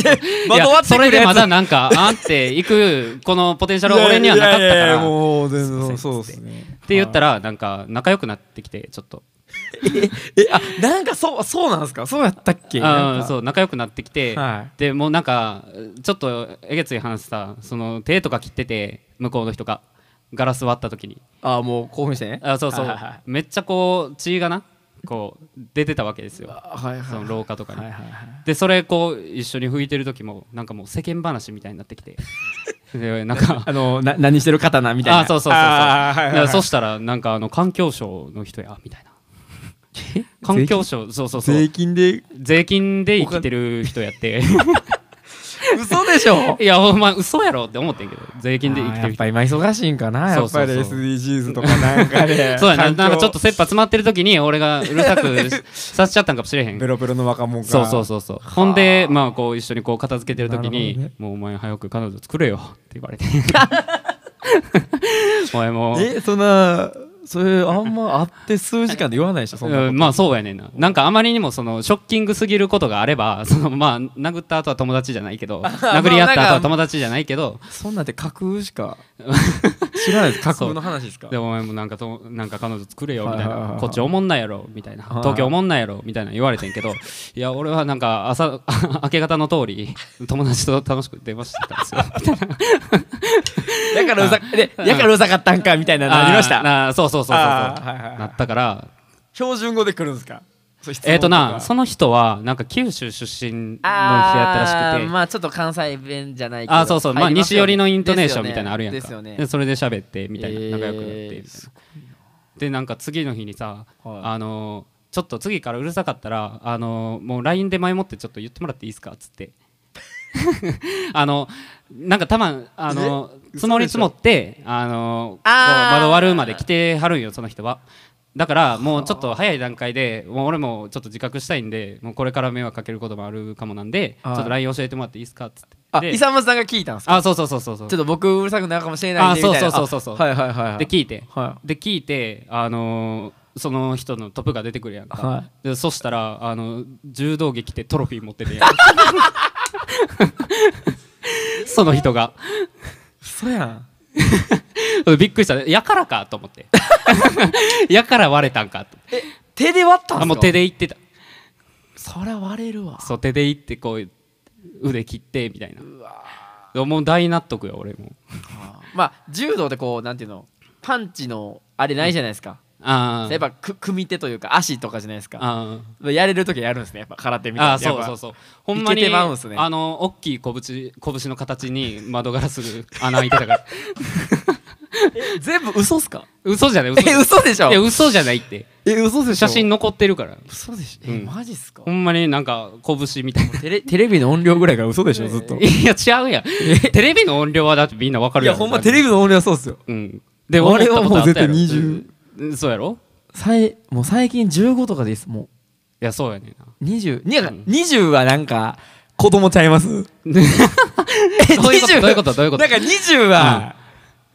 Speaker 2: や
Speaker 1: 窓割って
Speaker 2: そ
Speaker 1: く
Speaker 2: れ
Speaker 1: る
Speaker 2: で
Speaker 1: や
Speaker 2: ま
Speaker 1: つ
Speaker 2: だなんかあんっていくこのポテンシャルは俺にはなかったか
Speaker 4: いやいやいや
Speaker 2: らっ
Speaker 4: もう全
Speaker 2: すいません
Speaker 4: 然そうですね
Speaker 2: て言ったらなんか仲良くなってきてちょっと
Speaker 1: えあなんかそうそうなんですかそうやったっけな
Speaker 2: あ
Speaker 1: ん
Speaker 2: ー
Speaker 1: か
Speaker 2: そう仲良くなってきて
Speaker 1: はい
Speaker 2: でもうなんかちょっとえげつい話さその手とか切ってて向こうの人がガラス割った時に
Speaker 1: あーもう興奮してね
Speaker 2: あそうそう
Speaker 1: はいはいはい
Speaker 2: めっちゃこう血がなこう出てたわけですよ
Speaker 1: あはいはい
Speaker 2: その廊下とかに
Speaker 1: はいはいはい
Speaker 2: でそれこう一緒に拭いてる時もなんかもう世間話みたいになって きてでなんか
Speaker 1: あのな何してる刀みたいな
Speaker 2: あそうそうそうそう、
Speaker 4: あーはいはいはい
Speaker 2: だからそしたらなんかあの環境省の人やみたいな環境省そうそうそう
Speaker 4: 税金で
Speaker 2: 税金で生きてる人やって
Speaker 1: 嘘でしょ
Speaker 2: いやお前嘘やろって思ってんけど税金で生
Speaker 1: あ
Speaker 2: きて
Speaker 1: ーや
Speaker 2: る
Speaker 1: っ
Speaker 2: 人
Speaker 1: ぱ今忙しいんかなや
Speaker 2: そう
Speaker 1: っ
Speaker 2: そ
Speaker 1: ぱ
Speaker 2: う
Speaker 1: り
Speaker 2: そう
Speaker 4: SDGs とかなんかで
Speaker 2: そうやななんかちょ
Speaker 4: と
Speaker 2: っと切羽詰まってる時に俺がうるさく させちゃったんかもしれへん
Speaker 4: ベロベロの若者が
Speaker 2: そうそうそうそうほんでまあこう一緒にこう片付けてる時
Speaker 4: なるほど
Speaker 2: に
Speaker 4: ね
Speaker 2: もうお前早く彼女作れよって言わ れてお前もう
Speaker 4: えそんなそれあんま会って数時間で言わないでしょそんな
Speaker 2: うん、まあそうやねんななんかあまりにもそのショッキングすぎることがあればそのまあ殴った後は友達じゃない けど殴り合った後は友達じゃないけど
Speaker 4: そんなんて架空し か知らないです架空の話ですか
Speaker 2: でお前もなんかとなんか彼女作れよみた
Speaker 4: は
Speaker 2: い
Speaker 4: いはいはいは
Speaker 2: ないこっちおもんないやろみたいな
Speaker 4: はい
Speaker 2: 東京おもんないやろみたいな言われてんけど いや俺はなんか朝 明け方の通り友達と楽しく電話してたんですよみたいな
Speaker 1: だからうざでやからうざかったんかみたいなのありまし
Speaker 2: あー
Speaker 1: た
Speaker 2: なそうそうそうそうそう
Speaker 4: あーはいはいはい
Speaker 2: なったから
Speaker 4: 標準語で来るんですかそう質問
Speaker 2: えっ、
Speaker 4: か
Speaker 2: となその人はなんか九州出身の人やったらしくて
Speaker 1: あーまあちょっと関西弁じゃないけど
Speaker 2: あそうそう、まあ、
Speaker 1: 入りす
Speaker 2: 西
Speaker 1: よ
Speaker 2: 寄
Speaker 1: ね
Speaker 2: りのイントネーションみたいなのあるやんか
Speaker 1: ですよね
Speaker 2: で
Speaker 1: ですよね
Speaker 2: それで喋ってみたいな、
Speaker 1: えー
Speaker 2: 仲良くなってみたいなでなんか次の日にさ、
Speaker 1: はい
Speaker 2: あのーちょっと次からうるさかったら、あのーもう LINE で前もってちょっと言ってもらっていいですかっつってあのなんかたまあのー積もり積もって、あのー
Speaker 1: あー
Speaker 2: こう窓割るまで来てはるんよその人は。だからもうちょっと早い段階でもう俺もちょっと自覚したいんでもうこれから迷惑かけることもあるかもなんでち
Speaker 1: は
Speaker 2: ょ
Speaker 1: い
Speaker 2: っと LINE 教えてもらっていいですかっつって
Speaker 1: あ、
Speaker 2: で
Speaker 1: イサムさんが聞いたんですか
Speaker 2: あそうそうそうそうそう
Speaker 1: ちょっと僕うるさくなるかもしれないん
Speaker 2: あ
Speaker 1: で
Speaker 2: そ
Speaker 1: み
Speaker 2: う
Speaker 1: たいな
Speaker 2: そうそう
Speaker 1: う
Speaker 2: そうそう、
Speaker 4: はいはいはいはい
Speaker 2: で聞いて
Speaker 4: は
Speaker 2: で聞いてあのーその人のトップが出てくるやんか、
Speaker 1: は
Speaker 2: でそしたらあの柔道着着てトロフィー持 ってる やんその人が
Speaker 4: いそやん
Speaker 2: びっくりしたやからかと思って やから割れたんかと
Speaker 1: え手で割ったんですか
Speaker 2: あもう手でいってた
Speaker 1: そりゃ割れるわ
Speaker 2: そう手でいってこう腕切ってみたいなもう大納得よ俺も
Speaker 1: まあ柔道でこうなんていうのパンチのあれないじゃないですか、
Speaker 2: あー
Speaker 1: やっぱく組み手というか足とかじゃないですか
Speaker 2: あー
Speaker 1: やれる時はやるんですねやっぱ空手みたいな
Speaker 2: あーそうそう
Speaker 1: う
Speaker 2: そうほんま
Speaker 1: い
Speaker 2: に
Speaker 1: けてまうんすね
Speaker 2: あの大きい拳拳の形に窓ガラス 穴開いてたから
Speaker 1: 全部嘘っすか
Speaker 2: 嘘じゃない嘘じ
Speaker 1: え
Speaker 2: ゃない
Speaker 1: 嘘でしょ
Speaker 2: いや嘘じゃないって
Speaker 4: え嘘でしょ
Speaker 2: 写真残ってるから
Speaker 1: 嘘でし
Speaker 2: う
Speaker 1: ょえ
Speaker 2: ん
Speaker 1: マジっすか
Speaker 2: ほんまになんか拳みたいな
Speaker 1: テレテレビの音量ぐらいが嘘で
Speaker 4: しょずっと
Speaker 2: いや違うやんテレビの音量はだってみんなわか
Speaker 4: い
Speaker 2: る
Speaker 4: や
Speaker 2: ん
Speaker 4: ほんまテレビの音量はそうっすよ
Speaker 2: うんで
Speaker 4: あれは
Speaker 2: 思ったことあったやろ
Speaker 4: もう絶対20
Speaker 2: うんそうやろ
Speaker 1: さいもう最近15とかですも
Speaker 2: いやそうやねんな
Speaker 1: う20に
Speaker 2: うん
Speaker 1: 20はなんか子供ちゃいます え
Speaker 2: どういうこと
Speaker 1: 20
Speaker 2: どういうことどういうこと
Speaker 1: なんか20は、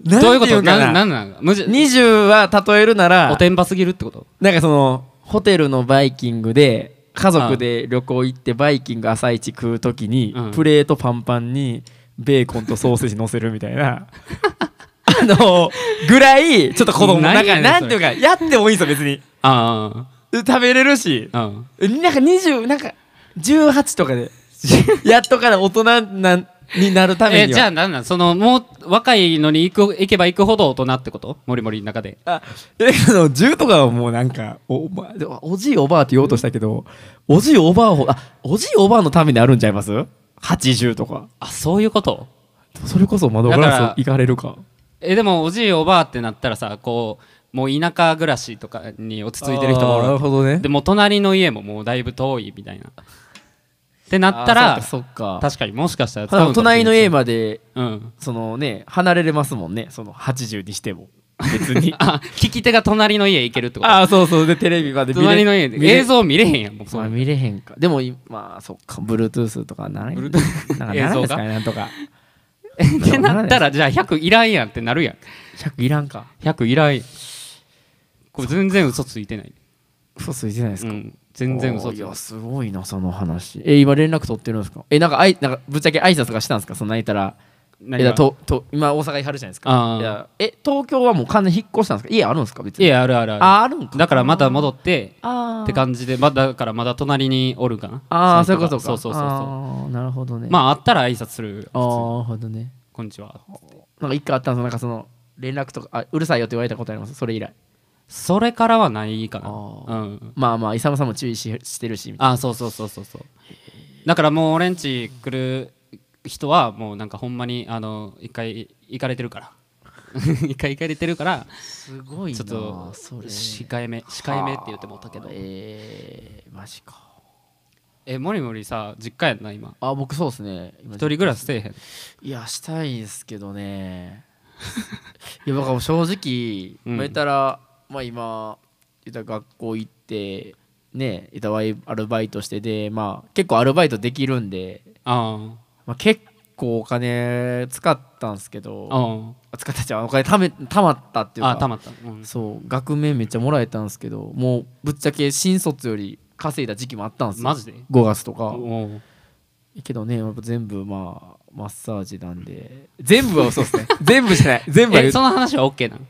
Speaker 1: なんて
Speaker 2: どうい
Speaker 1: いう
Speaker 2: うこ
Speaker 1: こととか
Speaker 2: な
Speaker 1: な
Speaker 2: なんなん無事
Speaker 1: 20は例えるなら
Speaker 2: おてんばすぎるってこと
Speaker 1: なんかそのホテルのバイキングで家族で旅行行ってバイキング朝一食う時に、
Speaker 2: うん
Speaker 1: プレートパンパンにベーコンとソーセージ乗せるみたいな あのぐらいちょっと子供なん
Speaker 2: 何やね
Speaker 1: か
Speaker 2: ん
Speaker 1: な
Speaker 2: そ
Speaker 1: んてい
Speaker 2: れ
Speaker 1: うかやってもいいんですよ別に
Speaker 2: あ
Speaker 1: 食べれるし
Speaker 2: あうん
Speaker 1: なんか20なんか18と かでやっとから大人なんになるため
Speaker 2: え
Speaker 1: に
Speaker 2: じゃ
Speaker 1: は
Speaker 2: あなんなんそのもう若いのに行く行けば行くほど大人ってことモリモリの中で
Speaker 4: あえあの10とかはもうなんかおま
Speaker 1: おおじいおばあって言おうとしたけどおじいおばあほあおじいおばあのためにあるんちゃいます ?80 とか。
Speaker 2: あそういうこと
Speaker 1: それこそ窓
Speaker 2: ガラス
Speaker 1: 行かれるか。
Speaker 2: えでもおじいおばあってなったらさこうもう田舎暮らしとかに落ち着いてる人もお
Speaker 4: あー
Speaker 2: る
Speaker 4: なる
Speaker 2: わ
Speaker 4: ほど
Speaker 2: け
Speaker 4: ね
Speaker 2: でもう隣の家ももうだいぶ遠いみたいなってなったら
Speaker 1: そっか。
Speaker 2: 確かにもしかしたら
Speaker 1: ただ隣の家
Speaker 2: も
Speaker 1: まで、
Speaker 2: うん。
Speaker 1: そのね、離れれますもんね。その80にしても。別に
Speaker 2: あ 聞き手が隣の家行けるってこと
Speaker 1: ああ、そうそう。で、テレビまで見れ
Speaker 2: 隣の家で
Speaker 1: 見れ
Speaker 2: 映像見れへんやんもうそ
Speaker 1: まあ
Speaker 2: んな
Speaker 1: 見れへんか。でもい、まあ、そっか。Bluetooth とかならんなんかならんですかね、なんと か。
Speaker 2: ってなったらじゃあ100いらんやんってなるやん
Speaker 1: 100いらんか。
Speaker 2: 100いらんやんこれ全然嘘ついてない
Speaker 1: 嘘ついてないですか
Speaker 2: うん全然嘘
Speaker 1: お
Speaker 2: つ
Speaker 1: ー
Speaker 2: い
Speaker 1: い
Speaker 2: てな
Speaker 1: や
Speaker 2: い
Speaker 1: すごいなその話え今連絡取ってるんですかえなんかあいなんかぶっちゃけ挨拶がしたんですかそんなん言ったらえ
Speaker 2: 何が
Speaker 1: だとと今大阪に張るじゃないです
Speaker 2: あ
Speaker 1: か
Speaker 2: ー
Speaker 1: いやえ東京はもう完全に引っ越したんですか家あるんですか別
Speaker 2: い
Speaker 1: に
Speaker 2: やあるあるある
Speaker 1: ああるんか
Speaker 2: だからまた戻って
Speaker 1: あー
Speaker 2: って感じでまあだからまだ隣におるかな
Speaker 1: ああそ
Speaker 2: の
Speaker 1: ういうこ
Speaker 2: 人
Speaker 1: と
Speaker 2: が
Speaker 1: か
Speaker 2: そうそうそうそ
Speaker 1: あーなるほどね
Speaker 2: うまああったら挨拶する
Speaker 1: ああなるほどね
Speaker 2: こんにちは
Speaker 1: なんか一回あったんですかなんかその連絡とかあうるさいよって言われたことありますそれ以来
Speaker 2: それからはないかな
Speaker 1: あ
Speaker 2: うん
Speaker 1: まあまあ勇さんも注意ししてるしみたい
Speaker 2: あーそうそうそうそうそうだからもう俺んち来る人はもうなんかほんまにあの一回行かれてるから 一回行かれてるから
Speaker 1: なすごい
Speaker 2: ちょっと
Speaker 1: それ
Speaker 2: 控えめ控えめって言ってもったけど
Speaker 1: えー、マジか
Speaker 2: えもりもりさ実家やんな今
Speaker 1: あ僕そうですね今
Speaker 2: 一人暮らしせえへん
Speaker 1: いやしたいんですけどね いやだから正直、
Speaker 2: うん
Speaker 1: まあ言ったら、まあ、今言ったら学校行ってね言ったらアイアルバイトしてでまあ結構アルバイトできるんで、
Speaker 2: あ
Speaker 1: まあ、結構お金使ったんですけど
Speaker 2: ああ
Speaker 1: 使ったじゃんお金ためたまったっていう
Speaker 2: あ
Speaker 1: か
Speaker 2: あたまった、うん、
Speaker 1: そう額面めっちゃもらえたんですけどもうぶっちゃけ新卒より稼いだ時期もあったんですよ
Speaker 2: マジで
Speaker 1: 5月とか
Speaker 2: おう
Speaker 1: けどねやっぱ全部まあマッサージなんで全部はそ うですね全部じゃない全部は言
Speaker 2: え
Speaker 1: う
Speaker 2: その話は OK なの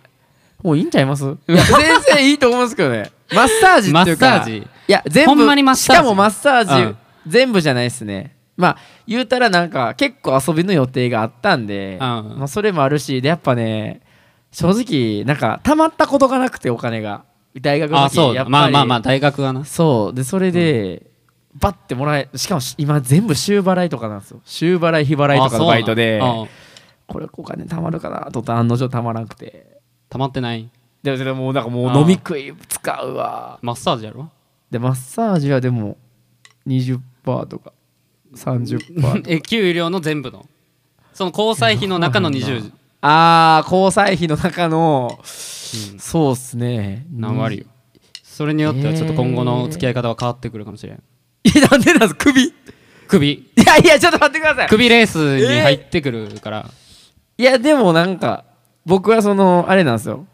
Speaker 1: もういいんちゃいますいや全然いいと思うんですけどねマッサージっていうか
Speaker 2: マッサージ
Speaker 1: いや全
Speaker 2: ほ
Speaker 1: 部
Speaker 2: んまにマッサージ
Speaker 1: しかもマッサージ、
Speaker 2: うん
Speaker 1: 全部じゃないですねまあ言うたらなんか結構遊びの予定があったんで、
Speaker 2: ん
Speaker 1: まあ、それもあるしでやっぱね正直なんかたまったことがなくてお金が大学の
Speaker 2: あ
Speaker 1: 時
Speaker 2: そう
Speaker 1: やっぱり
Speaker 2: まあまあまあ大学はな
Speaker 1: そうでそれで、バッてもらえしかもし今全部週払いとかなんですよ週払い日払いとかのバイトで
Speaker 2: あそうなんあ
Speaker 1: これお金貯まるかなと思ったら案の定貯まらなくて
Speaker 2: 溜まってない
Speaker 1: ででもうなんかも
Speaker 2: あー
Speaker 1: う飲み食い使うわ
Speaker 2: マッサージやろ
Speaker 1: でマッサージはでも20%とか30%とか
Speaker 2: え給料の全部のその交際費の中の20
Speaker 1: ああ交際費の中の、そうっすね
Speaker 2: 何割よ それによってはちょっと今後の付き合い方は変わってくるかもしれん
Speaker 1: いやなんでなんですか首
Speaker 2: 首
Speaker 1: いやいや、ちょっと待ってください。
Speaker 2: 首レースに入ってくるから、
Speaker 1: いや、でもなんか、僕はその、あれなんですよ。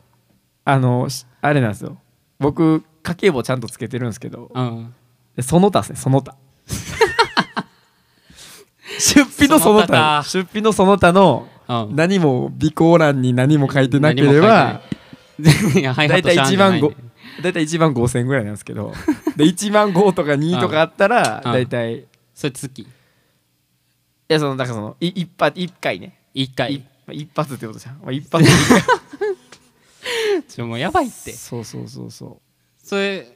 Speaker 1: あの、しあれなんですよ。僕、家計簿ちゃんとつけてるんですけど、
Speaker 2: うん
Speaker 1: でその他ですね、そ の他。出費のその他。出費のその他の、
Speaker 2: うん、
Speaker 4: 何も備考欄に何も書いてなけ
Speaker 2: 何
Speaker 4: れ
Speaker 2: も
Speaker 4: ば
Speaker 2: 書 いてないいやハイハッ
Speaker 1: だい
Speaker 2: ト
Speaker 1: たい
Speaker 2: シャーンじ
Speaker 1: 1
Speaker 2: ゃな
Speaker 1: 万
Speaker 2: いね
Speaker 1: 5。だいたい1万5000円ぐらいなんですけどで1万5とか2とかあったら
Speaker 2: うん
Speaker 1: だいたいい
Speaker 2: それ月
Speaker 1: やそのだからそのい一発一回ね
Speaker 2: 一
Speaker 1: い
Speaker 2: 回
Speaker 1: まあ一発ってことじゃんまあ一発一回
Speaker 2: ちょもうやばい って
Speaker 4: そうそうそうそ
Speaker 2: それ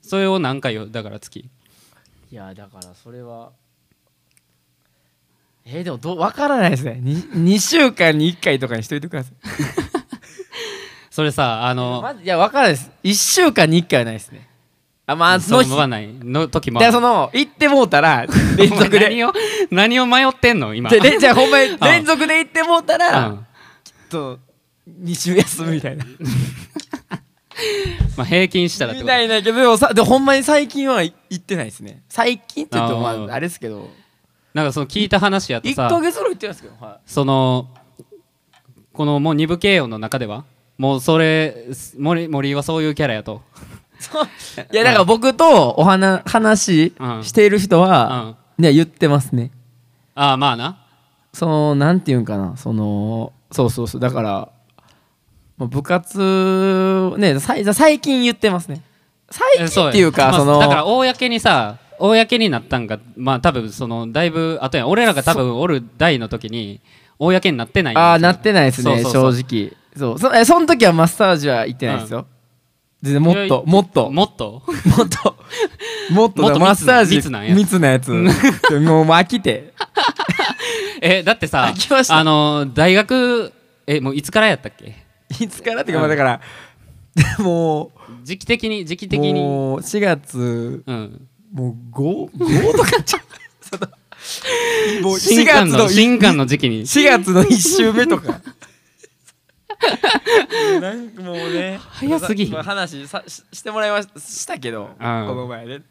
Speaker 2: それを何回よだから月
Speaker 1: いやだからそれはえー、でもどうわからないですね 2, 2週間に1回とかにしといてください
Speaker 2: それさあの
Speaker 1: まずいやわからないです1週間に1回はないですねあまあその
Speaker 2: そ
Speaker 1: 日
Speaker 2: のまないの時も
Speaker 1: だからその行ってもう たら連続で
Speaker 2: 何を何を迷ってんの今
Speaker 1: ででじゃあほんまに
Speaker 2: ん
Speaker 1: 連続で行ってもうたら、
Speaker 2: うん
Speaker 1: ちょっと2週休むみ たいな
Speaker 2: まあ、平均したらって
Speaker 1: み
Speaker 2: こ
Speaker 1: た
Speaker 2: と
Speaker 1: いだけどさでほんまに最近は行ってないですね最近って言うとま
Speaker 2: あー
Speaker 1: ああれですけど
Speaker 2: なんかその聞いた話やと
Speaker 1: 1
Speaker 2: さ
Speaker 1: ヶ月ぐらい行ってないですけど、は
Speaker 2: そのこのもう二部形容の中ではもうそれ森森はそういうキャラやと、
Speaker 1: い、そういやだから僕とお話話
Speaker 2: うん
Speaker 1: している人
Speaker 2: うん、
Speaker 1: は、
Speaker 2: あ
Speaker 1: ね言ってますね
Speaker 2: あまあな
Speaker 1: そのなんていうんかなそのそうそうそうだから、まあ、部活ねさい最近言ってますね
Speaker 2: え
Speaker 1: 最近っていう
Speaker 2: ま
Speaker 1: か
Speaker 2: あ
Speaker 1: その
Speaker 2: だから公にさ公になったんがまあ多分そのだいぶあとやん俺らが多分おる代の時に公になってない
Speaker 1: ああなってないです
Speaker 2: そ
Speaker 1: ね
Speaker 2: うそうそう
Speaker 1: 正直そうそえその時はマッサージは行ってないですよ、全然もっ
Speaker 2: いや
Speaker 1: ともっとも
Speaker 2: もっと
Speaker 1: っともっと
Speaker 2: もっと密な
Speaker 1: マッサージ
Speaker 2: 密なんや
Speaker 1: 密なやつ でもうもう飽きて
Speaker 2: えだってさ
Speaker 1: あ来ました
Speaker 2: あの大学えもういつからやったっけ
Speaker 1: いつからっていうかまあだから、 もう
Speaker 2: 時期的に時期的に
Speaker 1: もう4月
Speaker 2: うん
Speaker 1: もう55と かちゃうそのもう
Speaker 2: 新
Speaker 1: 4
Speaker 2: 刊
Speaker 1: 月
Speaker 2: の
Speaker 1: の4
Speaker 2: 新刊の時期に
Speaker 1: 月の1週目とかなんかもうね
Speaker 2: 早すぎひん
Speaker 1: まあ話さししてもらいましたしたけど、この前ね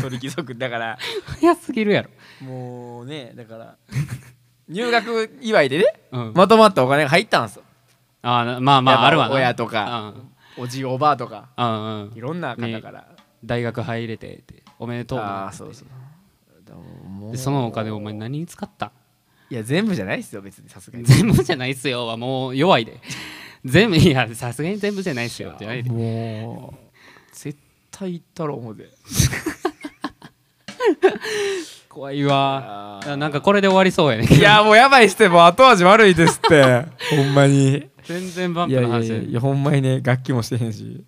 Speaker 1: 鳥貴族だから
Speaker 2: 早すぎるやろ
Speaker 1: もうねだから入学祝いでね、
Speaker 2: うん
Speaker 1: まとまったお金が入ったんですよ
Speaker 2: あーなまあま
Speaker 1: やっ
Speaker 2: あ
Speaker 1: ぱ
Speaker 2: あるわな
Speaker 1: 親とかおじいおばあとか
Speaker 2: うんうんうん
Speaker 1: いろんな方から、
Speaker 2: 大学入れてっておめでとう
Speaker 1: ああそうそうでももう
Speaker 2: でそのお金お前何に使った
Speaker 1: いや全部じゃないですよ別にさすがに
Speaker 2: 全部じゃないっすよはもう弱いで全部いやさすがに全部じゃないっすよって言われて
Speaker 1: もう絶対行ったろ思うで
Speaker 2: 怖いわ
Speaker 1: あー
Speaker 2: なんかこれで終わりそうや ねんけ
Speaker 4: う
Speaker 2: ど
Speaker 4: いやもうやばいしてもう後味悪いですって ほんまに
Speaker 2: 全然バン
Speaker 4: いや
Speaker 2: プの
Speaker 4: いや
Speaker 2: 話
Speaker 4: いやいやほんまにね楽器もしてへんし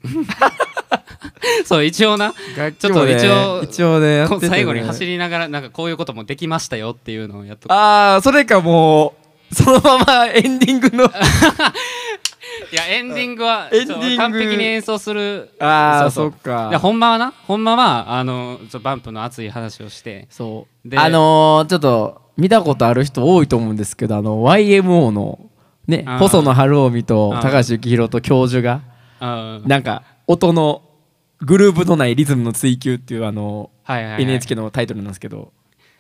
Speaker 2: そう一応な
Speaker 4: 楽
Speaker 2: ち
Speaker 4: 器
Speaker 2: ょっと
Speaker 4: も、ね、
Speaker 2: 一応
Speaker 4: 一応ねやって
Speaker 2: こう
Speaker 4: て、ね、
Speaker 2: 最後に走りながらなんかこういうこともできましたよっていうのをやっとく
Speaker 4: ああそれかもうそのままエンディング の
Speaker 2: いやエンディングは
Speaker 4: エンディング
Speaker 2: ちょっと完璧に演奏する
Speaker 4: ああ
Speaker 2: そ
Speaker 4: そうっ
Speaker 2: そう
Speaker 4: か
Speaker 2: いやほんまはなほんまはあのちょバンプの熱い話をして
Speaker 1: そう
Speaker 2: で
Speaker 1: あのーちょっと見たことある人多いと思うんですけどあの YMO のね
Speaker 2: あー
Speaker 1: 細野晴臣と
Speaker 2: あー
Speaker 1: 高橋幸宏と教授が
Speaker 2: うん
Speaker 1: なんか音のグルーヴのないリズムの追求っていうあの
Speaker 2: はいはいはい
Speaker 1: NHK のタイトルなんですけど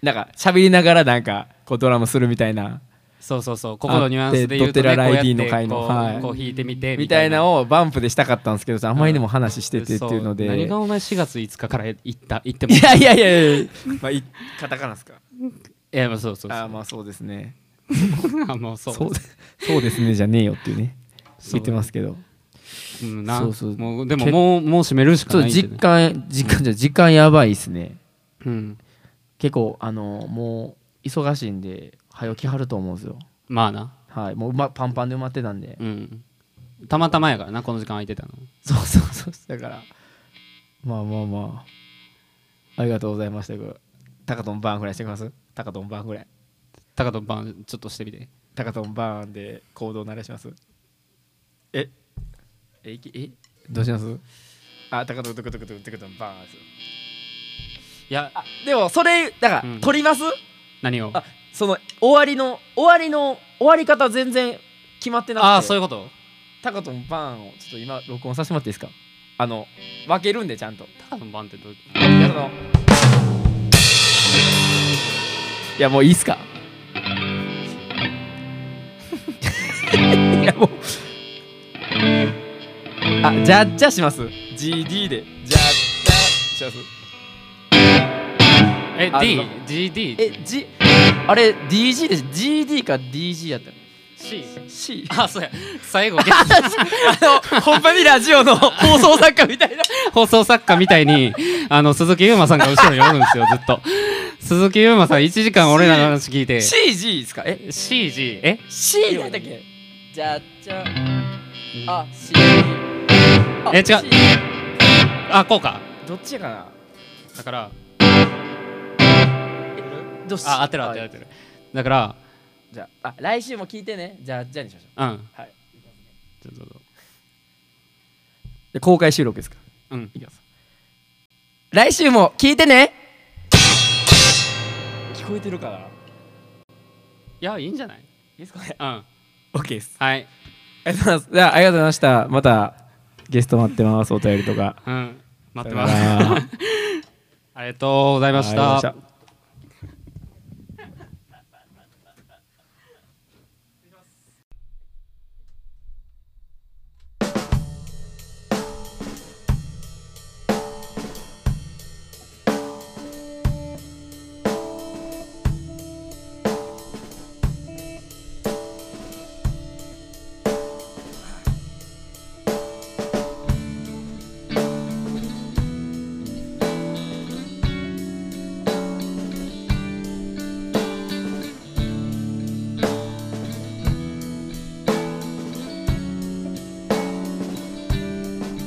Speaker 1: なんか喋りながらなんかこうドラムするみたいな
Speaker 2: そうそうそうここのニュアンスで言うと、
Speaker 1: ドテ
Speaker 2: ね、
Speaker 1: ラ
Speaker 2: こうやっ
Speaker 1: ライディ
Speaker 2: て
Speaker 1: の回の
Speaker 2: こう,、
Speaker 1: はい
Speaker 2: こう弾いてみて
Speaker 1: みたいなをバンプでしたかったんですけどさあんまりにも話しててっていうの
Speaker 2: そう何
Speaker 1: で
Speaker 2: がお前4月5日から行った行っても
Speaker 1: いやいやいやいやまあいカタカナですか
Speaker 2: いやまあそうそうそう
Speaker 1: ああまあそうですね
Speaker 2: あもうそう
Speaker 1: そうそうですねじゃねえよっていうね言ってますけど
Speaker 2: うんな
Speaker 1: そうそう
Speaker 2: もうでも
Speaker 1: け
Speaker 2: もうもう閉めるしか
Speaker 1: ちょっ
Speaker 2: な
Speaker 1: と
Speaker 2: いんで
Speaker 1: 実感実感じゃ時間やばいですね
Speaker 2: うん
Speaker 1: 結構あのもう忙しいんで早起きはると思うんですよ
Speaker 2: まあな
Speaker 1: はいもう、ま、パンパンで埋まってたんで
Speaker 2: うんたまたまやからなこの時間空いてたの
Speaker 1: そうそうそうだからまあまあまあありがとうございましたタカトンバーンぐらいしてきますタカトンバーンぐらい
Speaker 2: タカトバンちょっとしてみて
Speaker 1: タカトンバーンで行動慣れしますええいきえどうしますあタカトントクトクトクトクトンバーンです
Speaker 2: いや
Speaker 1: あでもそれだから、
Speaker 2: うん
Speaker 1: 撮ります
Speaker 2: 何を
Speaker 1: あその終わりの終わりの終わり方全然決まってなくて
Speaker 2: ああそういうこと
Speaker 1: タカトンバーンをちょっと今録音させてもらっていいですかあの分けるんでちゃんと
Speaker 2: タカトバンってどう
Speaker 1: いやそのいやもういいっすかいやもうあじゃじゃします GD でじゃじゃします
Speaker 2: え
Speaker 1: あ
Speaker 2: D
Speaker 1: どうぞ
Speaker 2: GD
Speaker 1: え G あれ DG です GD か DG やったの
Speaker 2: C
Speaker 1: C
Speaker 2: あそうや最後ゲ ス
Speaker 1: あのほんまにラジオの放送作家みたいな
Speaker 2: 放送作家みたいにあの鈴木優馬さんが後ろにおるんですよずっと鈴木優馬さん1時間俺らの話聞いて
Speaker 1: CG ですかえ
Speaker 2: CG え
Speaker 1: C なんだっけじゃじゃあ C あ
Speaker 2: え違う
Speaker 1: C
Speaker 2: あこうか
Speaker 1: どっちやかな
Speaker 2: だから
Speaker 1: どうし
Speaker 2: あ合ってる合ってる合ってるだから
Speaker 1: じゃああ来週も聞いてねじゃあじゃあにしましょ
Speaker 2: うん
Speaker 1: はい
Speaker 2: ちょっとどうぞ
Speaker 1: う公開収録ですか
Speaker 2: うん
Speaker 1: 来週も聞いてね聞こえてるかない
Speaker 2: やいいんじゃない
Speaker 1: いですかね
Speaker 2: うん
Speaker 4: OK です
Speaker 2: はい
Speaker 4: ありがとうございますじゃあありがとうございましたまた
Speaker 1: ゲスト待ってますお便りとか
Speaker 2: うん待って
Speaker 1: さよ
Speaker 2: ま
Speaker 1: なら
Speaker 2: す ありがとうございました
Speaker 1: ありがとうございました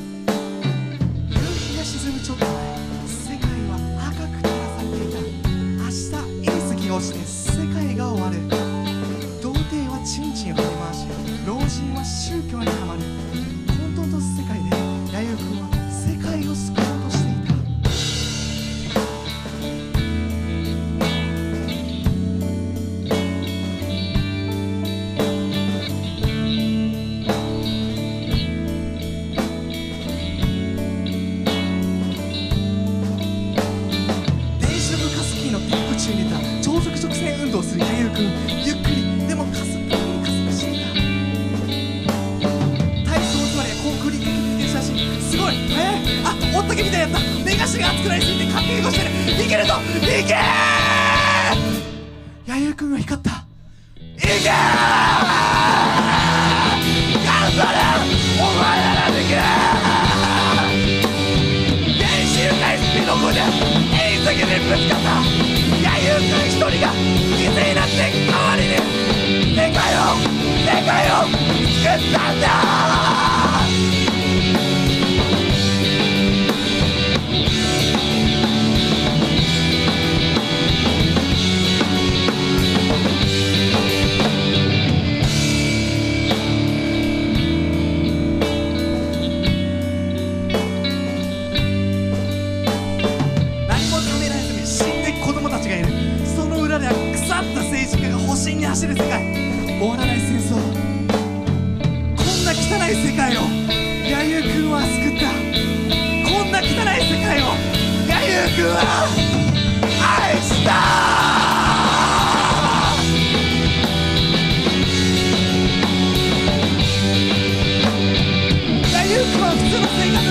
Speaker 5: 夕日が沈むちょっと前世界は赤く照らされていた明日隕石をして世界が終わる童貞はチンチンを振り回し老人は宗教にはまる混沌と世界で弥生君は世界を救おうとしていた電子部カスキーのピック中にいた超速直線運動をする弥生君ゆっくりでもカスピーカスピしていた体操つまりはコンクリート的にしたしすごいえー、あおったけみたいになった目頭が熱くなりすぎてかけっこしてるいけるぞいけー弥生君が光ったいけー頑張れお前ならできる電子流体スピード5で隕石にぶつかった弥生君一人が犠牲になって代わりに世界を世界を救ったんだ何も食べないのに死んでいく子供たちがいるその裏では腐った政治家が保身に走る世界終わらない戦争こんな汚い世界を弥生君は救ったこんな汚い世界を弥生君は愛したやゆうくんは普通の生活を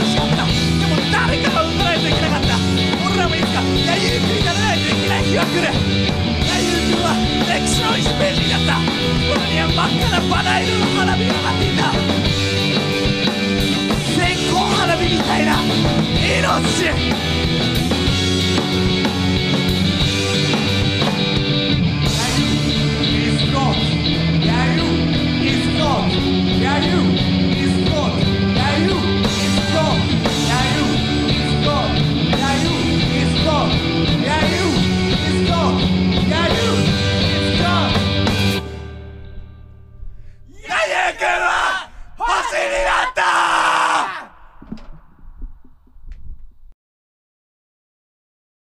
Speaker 5: しよったでも誰かが生まないといけなかった俺らもいつかやゆうくんにならないといけない日が来るやゆうくんは歴史の1ページになった空には真っ赤なバラ色の花火が上がっていた線香花火みたいな命